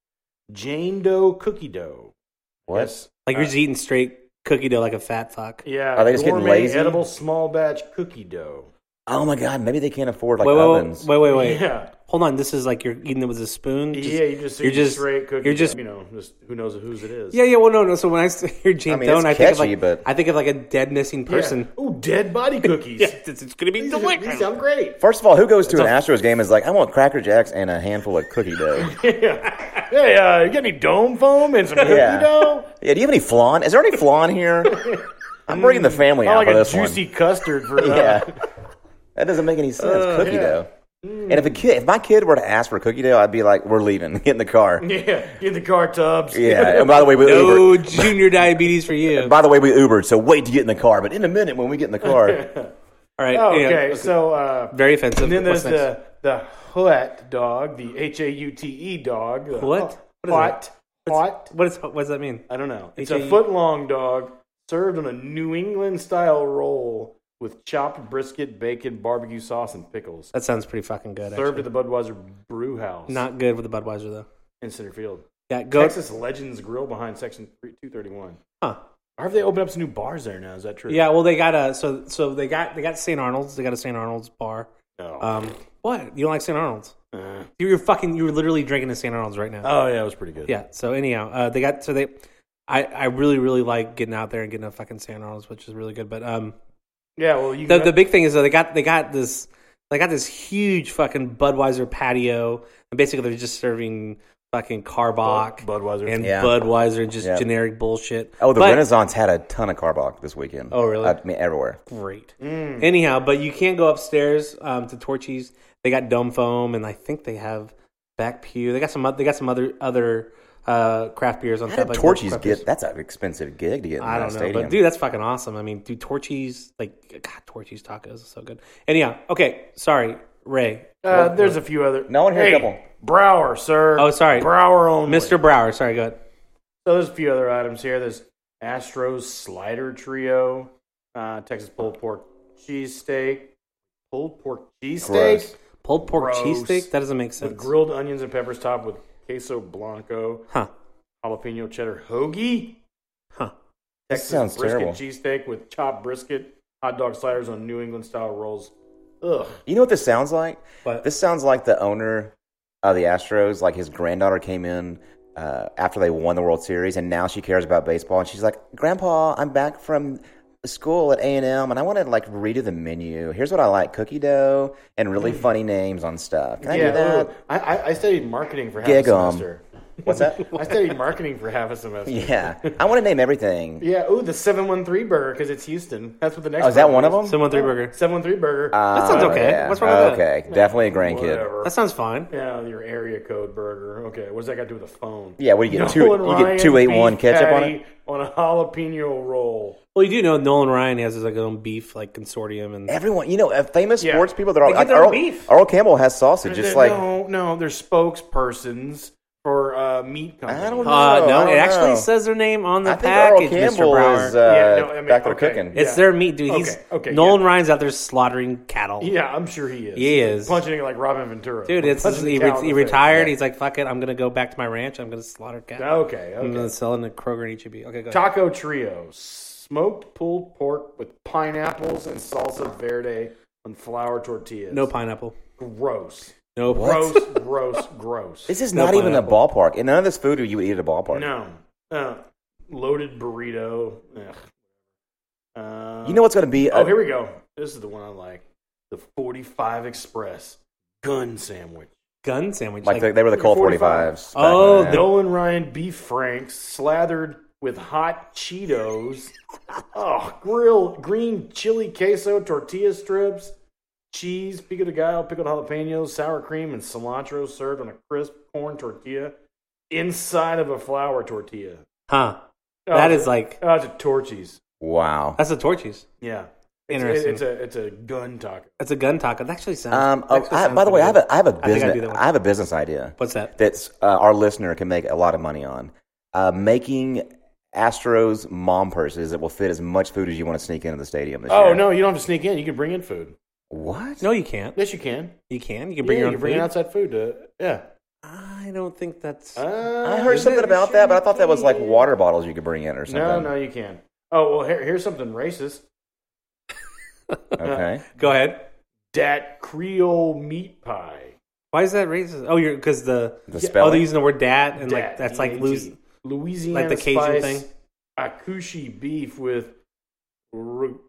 S3: Jane Doe cookie dough.
S4: What?
S3: Yes.
S1: Like you're just eating straight cookie dough like a fat fuck.
S3: Yeah.
S4: Are they just getting
S3: gourmet
S4: lazy?
S3: Edible small batch cookie dough.
S4: Oh my God! Maybe they can't afford like
S1: wait, wait, wait,
S4: ovens.
S1: wait, wait, wait.
S3: Yeah.
S1: Hold on. This is like you're eating it with a spoon. Just-
S3: yeah. You just
S1: you're
S3: you're
S1: just
S3: straight cookie.
S1: You're just
S3: dough, you know just who knows whose it is.
S1: yeah, yeah. Well, no, no. So when I s- hear Jane
S4: I mean,
S1: Doe,
S4: it's
S1: I think of
S4: catchy,
S1: like
S4: but-
S1: I think of like a dead missing person.
S3: Oh, dead body cookies.
S1: Yeah, it's, it's gonna be
S3: These, are- these
S1: delicious.
S3: sound great.
S4: First of all, who goes to an Astros game is like, I want Cracker Jacks and a handful of cookie dough.
S3: Yeah. Hey, uh, you got any dome foam and some cookie
S4: Yeah.
S3: dough?
S4: yeah, do you have any flan? Is there any flan here? I'm bringing the family
S3: I
S4: out
S3: like
S4: for
S3: a
S4: this
S3: juicy custard for
S4: one.
S3: uh,
S4: Yeah, that doesn't make any sense.
S1: Uh,
S4: cookie dough. And
S1: Mm.
S4: if a kid, if my kid were to ask for cookie dough, I'd be like, "We're leaving. Get in the car."
S3: Yeah, in the car tubs.
S4: Yeah. And by the way, we Ubered.
S1: No junior diabetes for you.
S4: By the way, we Ubered. So wait to get in the car. But in a minute, when we get in the car,
S1: All right.
S3: Oh,
S1: yeah,
S3: okay, so uh,
S1: Very offensive.
S3: and then
S1: What's
S3: there's
S1: next?
S3: the the hut dog, the H A U T E dog. the
S1: What? What is
S3: hut- Hot, hot.
S1: What, is, what does that mean?
S3: I don't know. It's
S1: H A
S3: a
S1: U-
S3: foot long dog served on a New England style roll with chopped brisket, bacon, barbecue sauce, and pickles.
S1: That sounds pretty fucking good. Actually.
S3: Served at the Budweiser Brew House,
S1: Not good with the Budweiser though.
S3: in Center Field,
S1: Yeah, go.
S3: Texas Legends Grill behind Section two thirty one.
S1: Huh.
S3: Or have they opened up some new bars there now? Is that true?
S1: Yeah, well, they got a so so they got they got St. Arnold's. They got a St. Arnold's bar.
S3: No.
S1: Um, what you don't like St. Arnold's?
S3: Uh.
S1: You were fucking. You were literally drinking a St. Arnold's right now.
S3: oh yeah, it was pretty good.
S1: yeah. So anyhow, uh, they got so they. I, I really really like getting out there and getting a fucking St. Arnold's, which is really good. But um,
S3: yeah. Well, you
S1: the
S3: got-
S1: the big thing is though they got they got this they got this huge fucking Budweiser patio, and basically they're just serving fucking Carbach
S3: Budweiser.
S1: and
S4: Yeah.
S1: Budweiser and just
S4: Yeah.
S1: generic bullshit.
S4: oh, the
S1: But-
S4: Renaissance had a ton of Carbach this weekend.
S1: Oh, really?
S4: I mean, everywhere.
S1: great. Mm.
S3: Mm.
S1: Anyhow, but you can go upstairs um, to Torchy's. They got dome foam, and I think they have back pew. They got some. oth- They got some other other uh, craft beers on
S4: How
S1: top.
S4: did
S1: like
S4: Torchy's
S1: craft
S4: get?
S1: beers.
S4: That's an expensive gig to get in
S1: I
S4: that
S1: don't know,
S4: stadium.
S1: but dude, that's fucking awesome. I mean, dude, Torchy's like God, Torchy's tacos is so good. Anyhow, okay, sorry, Ray,
S3: Uh, there's a few other.
S4: No, I wanna hear a couple.
S3: Brower, sir.
S1: Oh, sorry.
S3: Brower only.
S1: Mr. Brower. Sorry, go ahead.
S3: So there's a few other items here. There's Astros slider trio, uh, Texas pulled pork cheesesteak, pulled pork
S4: Gross.
S3: cheesesteak
S1: Pulled pork
S3: Gross.
S1: cheesesteak. That doesn't make
S3: with
S1: sense.
S3: grilled onions and peppers topped with queso blanco,
S1: Huh?
S3: jalapeno cheddar hoagie,
S1: Huh?
S3: Texas
S4: sounds
S3: brisket
S4: terrible.
S3: cheesesteak with chopped brisket, hot dog sliders on New England style rolls. Ugh.
S4: You know what this sounds like?
S3: But
S4: This sounds like the owner of the Astros. Like his granddaughter came in uh, after they won the World Series, and now she cares about baseball. And she's like, "Grandpa, I'm back from school at A and M, and I want to like redo the menu. Here's what I like: cookie dough and
S1: Mm.
S4: really funny names on stuff. Can I do that?
S3: ugh. I, I, I studied marketing for half
S4: Gig
S3: a
S4: 'em.
S3: semester.
S4: What's that?
S3: I studied marketing for half a semester. Yeah.
S4: yeah, I want to name everything.
S3: ooh, the 713 burger because it's Houston. That's what the next
S4: Oh, is that
S3: burger
S4: one of them?
S1: Someone three burger.
S3: 713 burger.
S4: Ah,
S1: sounds okay.
S4: yeah.
S1: What's wrong with that?
S4: Okay, definitely a grandkid.
S3: Whatever.
S1: That sounds fine.
S3: Yeah, your area code burger. Okay, what's that got to do with the phone?
S4: Yeah, what do you get? Two,
S3: Nolan
S4: you
S3: Ryan
S4: get two eight one
S3: beef
S4: ketchup on
S3: patty
S4: it.
S3: on a jalapeno roll.
S1: Well, you do know Nolan Ryan has his like, own beef like consortium, and
S4: Everyone, you know, uh, famous
S3: Yeah.
S4: sports people. They're all
S1: They get
S4: like
S1: their own
S4: Earl,
S1: beef.
S4: Earl Campbell has sausage. It's
S3: They're-
S4: like
S3: no, no, they're spokespersons for uh, meat companies.
S4: I don't know.
S1: uh, no,
S4: I don't
S1: it actually
S4: know.
S1: says their name on the
S4: I think Earl
S1: package, Mr.
S4: Campbell
S1: Brower.
S4: is uh,
S3: Yeah, no, I mean,
S4: back there
S3: okay.
S4: cooking.
S1: it's
S3: yeah.
S1: their meat, dude. He's
S3: Okay, okay,
S1: Nolan
S3: yeah.
S1: Ryan's out there slaughtering cattle.
S3: Yeah, I'm sure he is.
S1: He is.
S3: punching it like Robin Ventura.
S1: Dude, it's
S3: Punching
S1: he,
S3: the cow
S1: re-
S3: in
S1: he
S3: the face.
S1: retired. He's like, fuck it, I'm gonna go back to my ranch. I'm gonna slaughter cattle.
S3: Okay,
S1: I'm
S3: okay.
S1: gonna sell in a Kroger and HEB. Okay, go. ahead.
S3: Taco Trio: smoked pulled pork with pineapples and salsa verde on flour tortillas.
S1: No pineapple.
S3: Gross.
S1: No.
S4: What?
S3: Gross. gross. Gross.
S4: This is
S1: No
S4: not even a
S1: pineapple.
S4: ballpark, and none of this food you would eat at a ballpark.
S3: No. Uh, loaded burrito. Ugh. Uh,
S4: You know what's going to be? A,
S3: Oh, here we go. This is the one I like. The 45 Express gun sandwich.
S1: gun sandwich.
S4: like
S1: Like,
S4: they, they were the Colt 45s. back
S1: Oh,
S4: then.
S3: Nolan Ryan beef franks slathered with hot Cheetos. oh, grill green chili queso tortilla strips, cheese, pico de gallo, pickled jalapenos, sour cream, and cilantro served on a crisp corn tortilla inside of a flour tortilla.
S1: huh?
S3: Oh,
S1: That is like
S3: oh, it's a torchies.
S4: wow.
S1: that's a torchies.
S3: Yeah, It's-
S1: Interesting.
S3: It's a it's a gun taco.
S1: That's a gun taco. That actually sounds.
S4: Um,
S1: that
S4: oh,
S1: actually
S4: I,
S1: sounds
S4: by the way, I have
S1: pretty
S4: a I have a
S1: good. I think I do
S4: business
S1: that one.
S4: I, have a business idea
S1: What's that?
S4: that's uh, our listener can make a lot of money on uh, making Astros mom purses that will fit as much food as you want to sneak into the stadium this
S3: Oh
S4: year.
S3: no, you don't have to sneak in. You can bring in food.
S4: What?
S1: No, you can't.
S3: Yes, you can.
S1: You can. You can bring your
S3: yeah, you
S1: own
S3: can bring
S1: food.
S3: outside food. To, yeah,
S1: I don't think that's.
S3: Uh.
S4: I heard something about that, but I thought that was like water bottles you could bring in
S3: No,
S4: or something.
S3: no, you can. Oh well, here, here's something racist.
S4: Okay.
S1: Go ahead.
S3: Dat Creole meat pie.
S1: Why is that racist? Oh, you're because the oh
S4: The
S1: they're
S4: spelling.
S1: using the word dat and like
S3: Dat,
S1: that's like
S3: D-A-T.
S1: lose. like
S3: Louisiana
S1: the Cajun
S3: spice
S1: thing?
S3: Akushi beef with ru-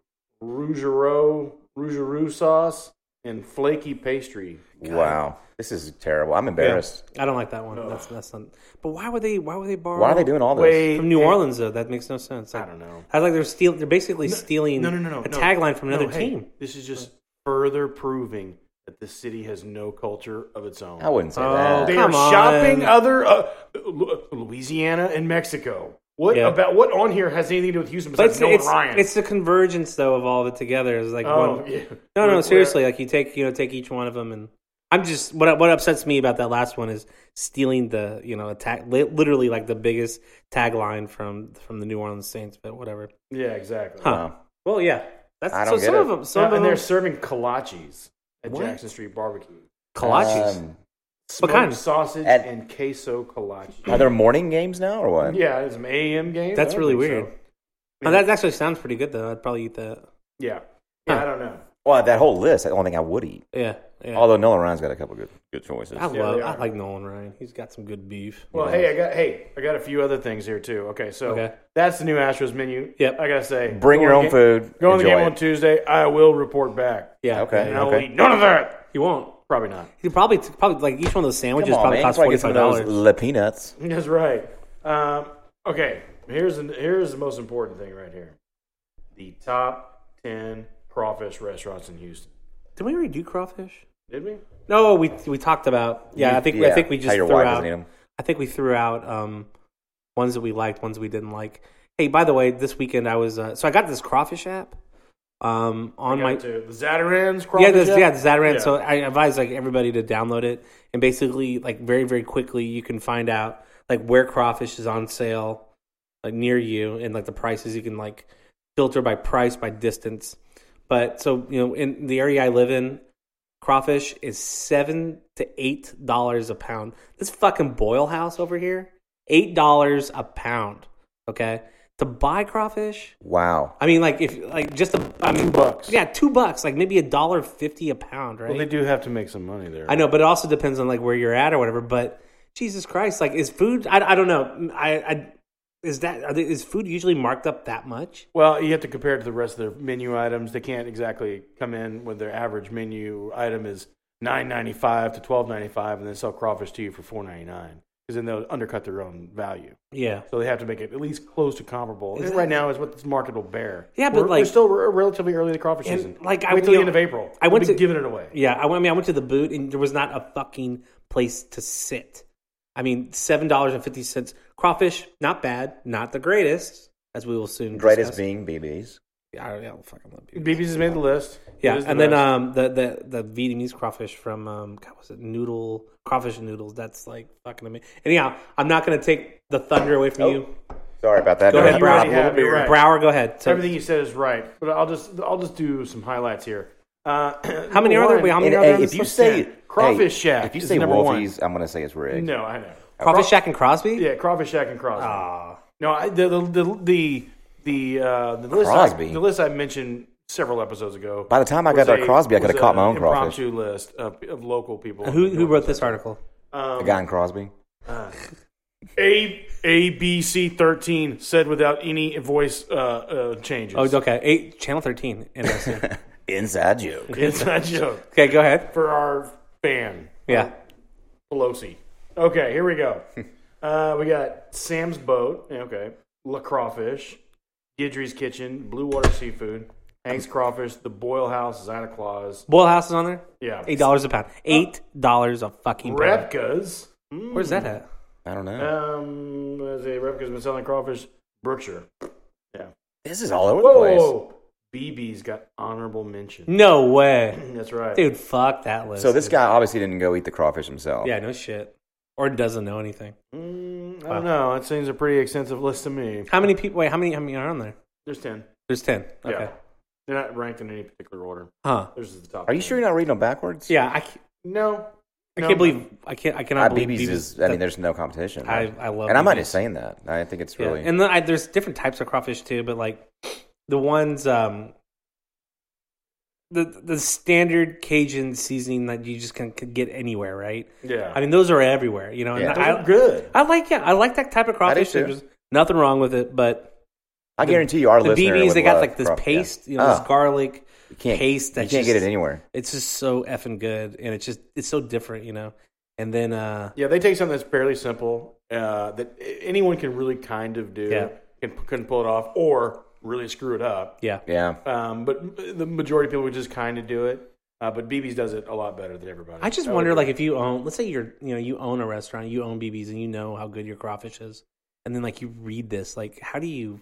S3: rougeau rougeau sauce and flaky pastry.
S4: wow. This is terrible. I'm embarrassed.
S1: I don't like that one. That's that's not. But why would they? Why would they borrow?
S4: Why are they doing all this?
S3: Wait, eh,
S1: from New
S3: hey,
S1: Orleans though? That makes no sense.
S3: I
S1: Like,
S3: don't know.
S1: I like they're stealing. They're basically stealing
S3: No, no, no, no.
S1: a
S3: no.
S1: tagline from another
S3: No, hey,
S1: team.
S3: This is just further proving that the city has no culture of its own.
S4: I wouldn't say
S1: Oh.
S4: that.
S3: They
S1: Come
S3: are shopping
S1: on.
S3: other uh, Lu- Louisiana and Mexico. What
S1: Yeah.
S3: about what on here has anything to do with Houston
S1: But
S3: besides
S1: it's,
S3: Nolan
S1: it's,
S3: Ryan?
S1: it's the convergence though of all of it together is like one. No,
S3: oh, yeah.
S1: no,
S3: Where- where-
S1: seriously. Like you take you know take each one of them, and I'm just what what upsets me about that last one is stealing the you know attack li- literally like the biggest tagline from from the New Orleans Saints, but whatever.
S3: Yeah, exactly.
S1: Huh.
S4: Wow.
S1: Well, yeah, that's
S4: I
S1: so
S4: don't get
S1: some
S4: it.
S1: of them. Some
S3: So,
S1: of them
S3: and they're serving kolaches at
S1: What?
S3: Jackson Street Barbecue.
S1: kolaches.
S4: Um,
S1: What
S3: Smoked
S1: kind?
S3: sausage
S4: At-
S3: and queso kolache.
S4: are there morning games now or what?
S3: Yeah, it's an AM game.
S1: That's
S3: I don't
S1: really
S3: think so.
S1: weird. Oh, that actually sounds pretty good though. I'd probably eat that.
S3: Yeah, yeah.
S1: Huh.
S3: I don't know.
S4: Well, that whole list, I don't think I would eat.
S1: Yeah, yeah.
S4: Although Nolan Ryan's got a couple good good choices.
S1: I
S3: Yeah,
S1: love.
S3: they
S1: I
S3: are.
S1: like Nolan Ryan. He's got some good beef.
S3: Well, hey, I got hey, I got a few other things here too. Okay, so
S1: Okay.
S3: that's the new Astros menu.
S1: Yep.
S3: I gotta say,
S4: Bring your
S3: go
S4: own
S3: on the ga-
S4: food.
S3: Go on the
S4: enjoy
S3: game on
S4: it.
S3: Tuesday. I will report back.
S1: Yeah.
S4: Okay.
S3: And I will eat none of that.
S1: He won't.
S3: Probably not.
S1: He probably probably like each one of those
S4: Come
S1: sandwiches
S4: on,
S1: probably
S4: man.
S1: costs
S4: That's why I
S1: forty
S4: get some
S1: five
S4: of those
S1: dollars.
S4: Le Peanuts.
S3: That's right. Um, okay, here's an, here's the most important thing right here: the top ten crawfish restaurants in Houston.
S1: Did we already do crawfish?
S3: Did we?
S1: No, we we talked about. Yeah, I think I think we
S4: How
S1: just
S4: your
S1: threw
S4: wife doesn't eat
S1: out.
S4: 'em.
S1: I think we threw out um, ones that we liked, ones we didn't like. Hey, by the way, this weekend I was uh, so I got this crawfish app um, on my
S3: Got to the Zatarans
S1: yeah,
S3: crawfish.
S1: there's,
S3: app?
S1: yeah, the Zataran.
S3: Yeah.
S1: So I advise like everybody to download it, and basically like very very quickly you can find out like where crawfish is on sale, like near you, and like the prices you can like filter by price by distance. But so you know, in the area I live in, crawfish is seven to eight dollars a pound. This fucking boil house over here, eight dollars a pound. Okay, to buy crawfish.
S4: Wow.
S1: I mean, like if like just a I mean,
S3: Two bucks.
S1: Yeah, two bucks, like maybe a dollar fifty a pound, right?
S3: Well, they do have to make some money there.
S1: I know, but it also depends on like where you're at or whatever. But Jesus Christ, like is food? I, I don't know. Mm, I, I is that are they, is food usually marked up that much?
S3: Well, you have to compare it to the rest of their menu items. They can't exactly come in when their average menu item is nine ninety five to twelve ninety five, and then sell crawfish to you for four ninety nine. Because then they'll undercut their own value.
S1: Yeah,
S3: So they have to make it at least close to comparable.
S1: Is
S3: And
S1: that-
S3: right now is what this market will bear.
S1: Yeah, but
S3: We're-
S1: like-
S3: we're still re- relatively early in the crawfish
S1: And,
S3: season.
S1: like,
S3: Like
S1: I-
S3: wait till
S1: you
S3: the
S1: know,
S3: end of April.
S1: I went
S3: We'll be
S1: to-
S3: giving it away.
S1: yeah. I, went- I mean, I went to the boot and there was not a fucking place to sit. I mean, seven dollars and fifty cents crawfish, not bad, not the greatest, as we will soon.
S4: Greatest
S1: discuss.
S4: being BB's.
S1: I don't, I don't fucking love BBs.
S3: BB's has made the list.
S1: Yeah,
S3: It is the
S1: and then
S3: best.
S1: um the, the the Vietnamese crawfish from um God was it noodle crawfish noodles that's like fucking amazing. Anyhow, I'm not gonna take the thunder away from
S4: Oh,
S1: you.
S4: Sorry about that.
S1: Go
S4: No,
S1: ahead,
S4: you
S1: Brown.
S4: already have-
S3: you're right.
S1: Brower, go ahead. So,
S3: everything you said is right, but I'll just I'll just do some highlights here. Uh,
S1: How many are there? Wait, how many
S4: And,
S1: are there?
S4: hey,
S1: on
S4: if
S1: this
S4: you
S1: list?
S4: say
S3: Crawfish
S4: hey,
S3: Shack
S4: if you
S3: is
S4: say
S3: number one.
S4: Wolfie's, I'm gonna say it's rigged.
S3: No, I know.
S1: crawfish shack and Crosby,
S3: Yeah, Crawfish Shack and Crosby.
S1: Ah.
S3: No, I, the the the the the, uh, the list
S4: Crosby?
S3: I, the list I mentioned several episodes ago.
S4: By the time I
S3: was
S4: got to
S3: a-
S4: Crosby, I
S3: was
S4: could have caught my
S3: a
S4: own crawfish.
S3: Impromptu list of, of local people.
S1: who who wrote this article?
S4: The guy in Crosby.
S3: A A B C thirteen said without any voice uh, uh, changes.
S1: Oh, okay, eight channel thirteen. Interesting.
S4: Inside joke.
S3: inside joke
S1: okay, go ahead.
S3: for our fan.
S1: Yeah,
S3: Pelosi. Okay, here we go. uh, we got Sam's Boat. Okay. La Crawfish. Gidry's Kitchen. Blue Water Seafood. Hank's Crawfish. The Boil House. Santa Claus.
S1: Boyle House is on there.
S3: Yeah.
S1: Eight dollars a pound.
S3: Oh.
S1: Eight dollars a fucking pound.
S3: Repka's. Mm.
S1: Where's that at?
S4: I don't
S1: Uh,
S4: know.
S3: Um, let's see, Repka's been selling crawfish. Brookshire.
S4: This is all over the place.
S3: Whoa. BB's got honorable mention.
S1: No way,
S3: That's right.
S1: Mm. dude. Fuck that list.
S4: So this
S1: dude.
S4: guy obviously didn't go eat the crawfish himself.
S1: Yeah, no shit, or doesn't know anything.
S3: Mm, I don't know. It seems a pretty extensive list to me.
S1: How many people? Wait, how many? How many are on there?
S3: There's 10.
S1: There's ten.
S3: Yeah.
S1: Okay.
S3: They're not ranked in any particular order.
S1: Huh.
S3: There's the top.
S4: Are you
S3: 10.
S4: sure you're not reading them backwards?
S1: Yeah. I, can't-
S3: No.
S1: I
S3: No.
S1: can't believe I can't. I cannot
S4: I,
S1: believe
S4: BB's, Uh, is. I mean, there's no competition.
S1: I- I love
S4: And I'm not
S1: BB's.
S4: just saying that. I think it's
S1: yeah.
S4: really.
S1: and then I, there's different types of crawfish too, but like the ones um the the standard Cajun seasoning that you just can could get anywhere, right?
S3: Yeah.
S1: I mean, those are everywhere, you know. and
S4: Yeah.
S3: Those
S1: I,
S3: are good.
S1: I like yeah, I like that type of crawfish.
S4: too.
S1: There's nothing wrong with it, but
S4: I guarantee you, our
S1: the
S4: listener
S1: BB's
S4: would
S1: they got
S4: love
S1: like this
S4: crawfish. Yeah.
S1: paste, you know,
S4: Ah,
S1: this garlic
S4: you can't,
S1: paste.
S4: You
S1: That's
S4: can't get it
S1: just-
S4: anywhere.
S1: It's just so effing good, and it's just it's so different, you know. And then uh
S3: Yeah, they take something that's fairly simple uh, that a- anyone can really kind of do,
S1: Yeah.
S3: can, can pull it off, or really screw it up.
S1: yeah,
S4: Yeah.
S3: Um, but m- the majority of people would just kind of do it. Uh, but BB's does it a lot better than everybody.
S1: I just wonder, like, if you own, let's say you're, you know, you own a restaurant, you own BB's, and you know how good your crawfish is, and then like you read this, like, how do you,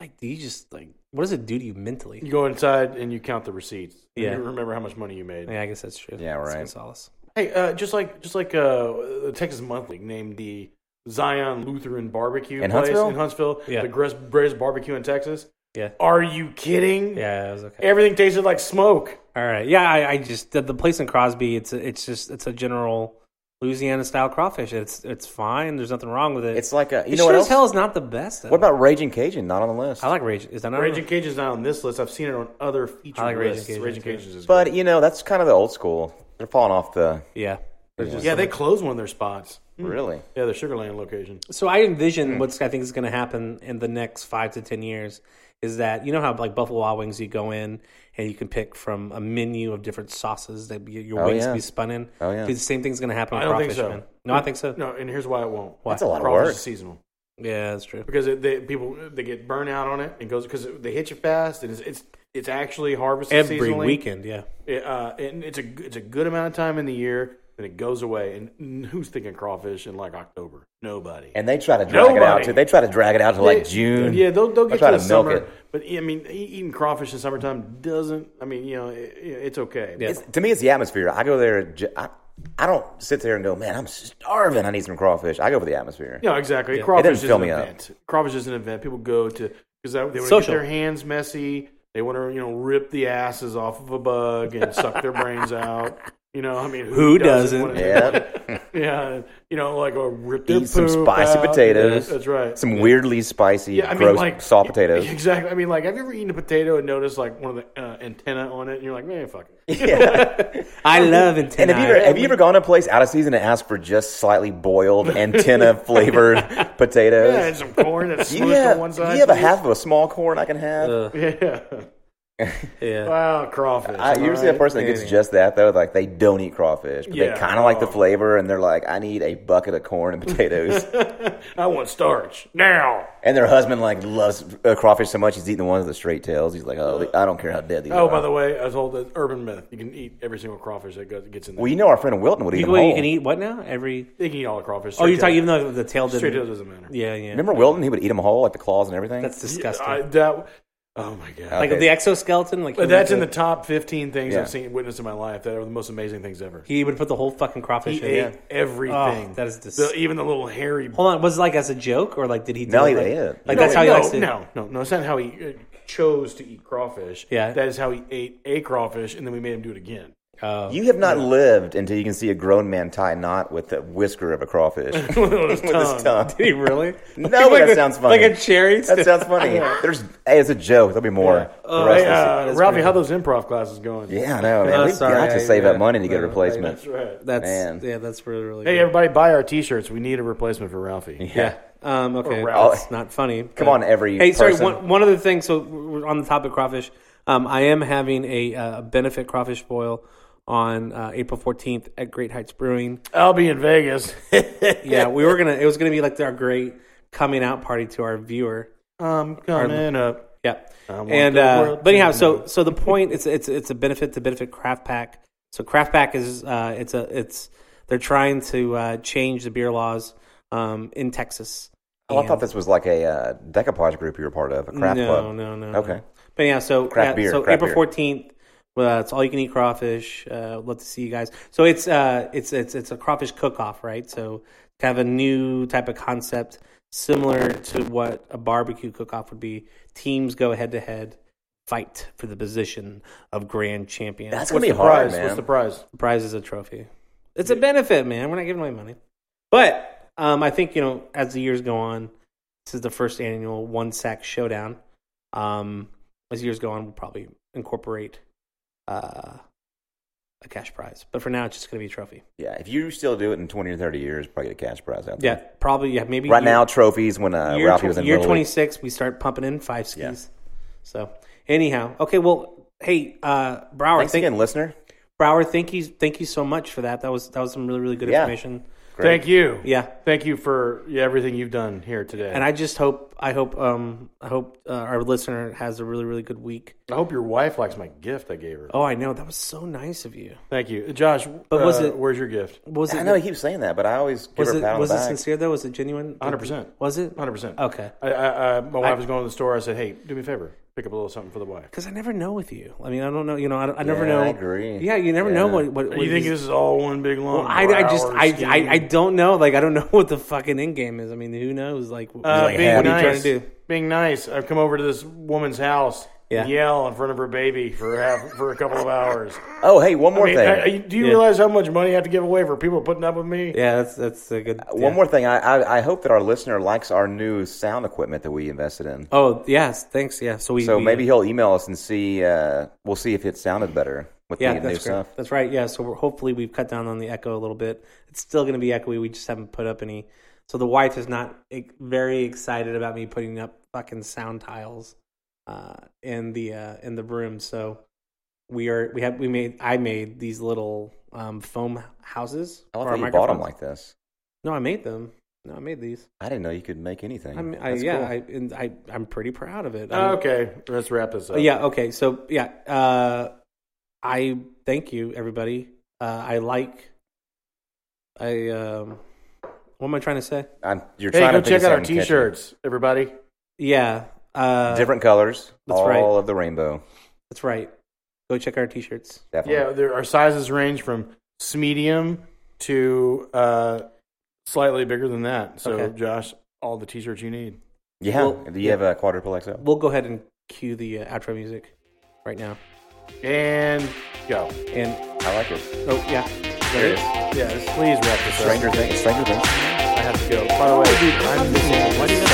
S1: like, do you just like, what does it do to you mentally?
S3: you go inside and you count the receipts. and
S1: Yeah.
S3: you remember how much money you made.
S1: Yeah, I guess that's true.
S4: Yeah,
S1: That's
S4: right.
S1: good solace.
S3: Hey, uh, just like just like uh, the Texas Monthly named the Zion Lutheran Barbecue
S4: In
S3: place
S4: Huntsville?
S3: in Huntsville,
S1: Yeah.
S3: the greatest, greatest barbecue in Texas.
S1: Yeah.
S3: Are you kidding?
S1: Yeah, it was okay.
S3: Everything tasted like smoke.
S1: All right. Yeah, I, I just the, the place in Crosby, it's a, it's just it's a general Louisiana style crawfish. It's it's fine. There's nothing wrong with it.
S4: It's like a. You
S1: it
S4: know
S1: sure
S4: what
S1: as
S4: else?
S1: hell is not the best. though.
S4: What about Raging Cajun? Not on the list.
S1: I like Rage. Is that not
S3: Raging Cajuns not on this list. I've seen it on other feature
S1: I like Raging
S3: lists.
S1: Cajun,
S3: Raging
S1: too.
S3: Cajuns is
S4: But you know, that's kind of the old school. They're falling off the.
S1: Yeah.
S3: good. yeah, they closed one of their spots.
S4: Really?
S3: Yeah, the Sugarland location.
S1: So I envision
S4: Hmm.
S1: what's I think is going to happen in the next five to ten years is that you know how like Buffalo Wild Wings, you go in and you can pick from a menu of different sauces that be, your
S4: Oh,
S1: wings
S4: yeah.
S1: be spun in.
S4: Oh, yeah.
S1: Dude, the same thing's going to happen. With
S3: I don't think
S1: crawfish,
S3: so.
S1: Man. No, I think so.
S3: No, and here's why it won't.
S1: Why?
S4: That's a lot of
S3: Crawfish
S4: work.
S3: is seasonal
S1: Yeah, that's true.
S3: because it, they, people they get burnt out on it and goes because they hit you fast and it's it's, it's actually harvested
S1: Every
S3: seasonally.
S1: weekend, yeah.
S3: It, uh, and it's a g- it's a good amount of time in the year and it goes away. And who's thinking crawfish in like October? Nobody.
S4: And they try to drag it out.
S3: Nobody.
S4: To, they try to drag it out to like
S3: They-
S4: June.
S3: Yeah, they'll, they'll get
S4: try
S3: to the
S4: to milk
S3: summer.
S4: it.
S3: But I mean, e- eating crawfish in summertime doesn't. I mean, you know, it, it's okay.
S4: It's, to me, it's the atmosphere. I go there. j- I, I don't sit there and go, man, I'm starving. I need some crawfish. I go for the atmosphere.
S3: No, exactly. Crawfish is
S4: fill
S3: an
S4: me up.
S3: event. Crawfish is an event. People go to because they want to get
S1: Social.
S3: their hands messy. They want to you know rip the asses off of a bug and suck their brains out. You know, I mean, who,
S1: Who
S3: want
S1: doesn't?
S3: to-
S4: Yeah,
S3: yeah, you know, like a rip their
S4: eat some
S3: poop
S4: spicy
S3: out.
S4: potatoes.
S3: That's right.
S4: Some weirdly spicy,
S3: yeah, I mean,
S4: gross
S3: like
S4: salt potatoes.
S3: Exactly. I mean, like, have you ever eaten a potato and noticed like one of the uh, antenna on it, and you're like, man, fuck it.
S4: Yeah.
S1: I love antenna.
S4: And have you ever have you ever gone to a place out of season and asked for just slightly boiled antenna flavored potatoes?
S3: Yeah, and some corn that's
S4: Do you
S3: smushed on one
S4: have,
S3: side.
S4: do you have a
S3: please.
S4: half of a small corn I can have?
S3: Yeah.
S1: yeah.
S3: Wow, crawfish.
S4: I,
S3: am
S4: you ever
S3: I
S4: see that
S3: right?
S4: person that gets just that though? Like they don't eat crawfish, but
S3: Yeah.
S4: they kind of like the
S3: Oh.
S4: flavor, and they're like, "I need a bucket of corn and potatoes."
S3: I want starch now.
S4: and their husband like loves uh, crawfish so much he's eating the ones with the straight tails. He's like, "Oh, I don't care how dead these are."
S3: Oh, by the way, I was told that urban myth: you can eat every single crawfish that goes- gets in there.
S4: well, you know our friend Wilton would eat
S1: You,
S4: them
S1: wait, you
S4: whole.
S1: can eat what now? Every
S3: they can eat all the crawfish.
S1: oh, you're
S3: Straight
S1: talking
S3: to-
S1: even though the tail
S3: straight to it
S1: didn't.
S3: doesn't matter.
S1: Yeah, yeah.
S4: Remember Wilton? He would eat them whole, like the claws and everything.
S1: That's disgusting.
S3: I, that. Oh my god.
S1: like
S4: Okay.
S1: the exoskeleton, like he
S3: But that's
S1: would
S3: in the
S1: put-
S3: top 15 things
S4: Uh, Yeah.
S3: I've seen witnessed in my life that are the most amazing things ever.
S1: he would put the whole fucking crawfish
S3: He
S1: in.
S3: ate everything.
S1: Oh, that is
S3: the,
S1: disgusting.
S3: even the little hairy.
S1: Hold on, was it like as a joke or like did he? Do
S4: No,
S1: it
S4: he
S1: like,
S4: ate it.
S1: Like
S4: No,
S1: that's how he
S3: no,
S1: likes to.
S3: no, no, no. It's not how he uh, chose to eat crawfish.
S1: Yeah.
S3: that is how he ate a crawfish, and then we made him do it again.
S1: Oh.
S4: You have not lived until you can see a grown man tie a knot with the whisker of a crawfish.
S3: With his
S4: With his tongue.
S1: Did he really?
S4: No,
S1: Like- like
S4: that
S1: a-
S4: sounds funny.
S1: Like a cherry.
S4: That sounds funny. There's, hey, it's a joke. There'll be more. the rest
S3: Hey,
S4: of the se-
S3: uh, Ralphie, how those improv classes going?
S4: yeah, I know, man.
S1: Oh,
S4: We've
S1: sorry,
S4: got
S1: I-
S4: to save
S1: yeah.
S4: up money to get a
S1: Right,
S4: replacement.
S3: That's right.
S1: That's
S4: Man.
S1: yeah. That's really really.
S3: Hey,
S1: good.
S3: everybody, buy our T-shirts. We need a replacement for Ralphie.
S1: Yeah. Um, okay.
S3: Ralph.
S1: That's not funny.
S4: Come
S1: but-
S4: on, every
S1: Hey, sorry.
S4: person.
S1: One, one other thing. So we're on the topic of crawfish. Um, I am having a uh, benefit crawfish boil on uh, April 14th at Great Heights Brewing.
S3: I'll be in Vegas.
S1: Yeah, we were gonna. It was gonna be like our great coming out party to our viewer.
S3: I'm coming up.
S1: Yeah.
S3: want
S1: And
S3: the
S1: uh,
S3: world
S1: but anyhow,
S3: to
S1: so so the point it's it's it's a benefit to benefit craft pack. So craft pack is uh, it's a it's they're trying to uh, change the beer laws um, in Texas.
S4: Oh, I thought this was like a uh, decoupage group you were part of, a craft
S1: no,
S4: club.
S1: No, no, no.
S4: Okay.
S1: But yeah, so
S4: Craft
S1: yeah,
S4: beer,
S1: So
S4: craft
S1: April
S4: beer.
S1: fourteenth. Well, it's all you can eat crawfish. Uh, love to see you guys. So it's uh, it's it's it's a crawfish cook off, right? So kind of a new type of concept, similar to what a barbecue cook off would be. Teams go head to head, fight for the position of grand champion.
S4: That's
S3: What's
S4: gonna be
S3: the
S4: hard,
S3: prize?
S4: man.
S3: What's the prize?
S1: the prize is a trophy. It's a benefit, man. We're not giving away money, but um, I think you know as the years go on, this is the first annual one sack showdown. Um, as years go on, we'll probably incorporate uh, a cash prize, but for now, it's just going to be a trophy.
S4: yeah, if you still do it in twenty or thirty years, probably get a cash prize out
S1: Yeah,
S4: there.
S1: probably. Yeah, maybe
S4: Right
S1: year-
S4: now, trophies when uh,
S1: year,
S4: Ralphie was in
S1: year
S4: Little League.
S1: twenty six, we start pumping in five skis.
S4: Yeah.
S1: So anyhow, okay. Well, hey, uh, Brower,
S4: Thanks
S1: thank,
S4: again, listener.
S1: Brower, thank you, thank you so much for that. That was that was some really really good
S4: Yeah.
S1: information.
S4: Great.
S3: Thank you.
S1: Yeah.
S3: Thank you for yeah, everything you've done here today.
S1: And I just hope I hope um I hope uh, our listener has a really really good week.
S3: I hope your wife likes my gift I gave her.
S1: Oh, I know that was so nice of you.
S3: Thank you, Josh.
S1: But
S3: uh,
S1: was it-
S3: Where's your gift?
S1: What Was it
S4: I know he keeps saying that, but I always give
S1: was
S4: her a
S1: it
S4: pat on
S1: was
S4: the
S1: it
S4: back.
S1: sincere though? Was it genuine?
S3: 100%.
S1: Was it
S3: Hundred percent.
S1: Okay.
S3: I, I, I, my wife was going to the store. I said, "Hey, do me a favor, pick up a little something for the wife."
S1: Because I never know with you. I mean, I don't know. You know, I, don't- I never
S4: Yeah,
S1: know.
S4: I agree.
S1: Yeah, you never know
S4: Yeah.
S1: what what. what
S3: You think
S1: he's-
S3: this is all one big long?
S1: I, I just
S3: hour
S1: I,
S3: scheme?
S1: I I don't know. Like I don't know what the fucking end game is. I mean, who knows? Like,
S3: Uh,
S1: like,
S3: being
S1: what
S3: nice,
S1: are you trying to do?
S3: being nice. I've come over to this woman's house,
S1: Yeah.
S3: and yell in front of her baby for half, for a couple of hours.
S4: Oh, hey, one more
S3: I mean,
S4: thing.
S3: I- I- do you realize how much money I have to give away for people putting up with me?
S1: Yeah, that's that's a good yeah.
S4: Uh, One more thing. I, I I hope that our listener likes our new sound equipment that we invested in.
S1: Oh yes, thanks. Yeah, so we
S4: So
S1: we-
S4: maybe he'll email us and see. Uh, we'll see if it sounded better with
S1: Yeah,
S4: the
S1: that's
S4: new
S1: great.
S4: stuff.
S1: That's right. Yeah, so we're, hopefully we've cut down on the echo a little bit. It's still going to be echoey. We just haven't put up any. So the wife is not eh, very excited about me putting up fucking sound tiles uh, in the uh, in the room. So we are we have we made I made these little um, foam houses.
S4: Oh, I
S1: for our
S4: love that you bought them
S1: microphones.
S4: like this.
S1: No, I made them. No, I made these.
S4: I didn't know you could make anything.
S1: I'm, I,
S4: That's
S1: yeah,
S4: cool.
S1: I, and I I'm pretty proud of it. I'm-
S3: Uh, Okay, let's wrap this up.
S1: Oh, yeah. Okay. So yeah, uh, I thank you, everybody. Uh, I like. I um, what am I trying to say?
S4: I'm, you're
S3: Hey,
S4: trying
S3: go
S4: to
S3: check
S4: think of
S3: out our
S4: something catchy.
S3: T-shirts, everybody.
S1: Yeah. Uh,
S4: Different colors.
S1: That's
S4: all
S1: right.
S4: of the rainbow.
S1: That's right. Go check our t-shirts.
S4: Definitely.
S3: Yeah, there, our sizes range from s- medium to uh, slightly bigger than that. So,
S1: Okay.
S3: Josh, all the T-shirts you need.
S4: Yeah.
S1: Well,
S4: Do you have a quadruple XL?
S1: We'll go ahead and cue the uh, outro music right now.
S3: And go.
S1: And
S4: I like it.
S1: oh yeah, there
S4: There it
S1: it is.
S3: Yes, please wrap this up.
S4: Stranger Things. Stranger Things.
S3: I have to go. By the way, I'm missing. Why do you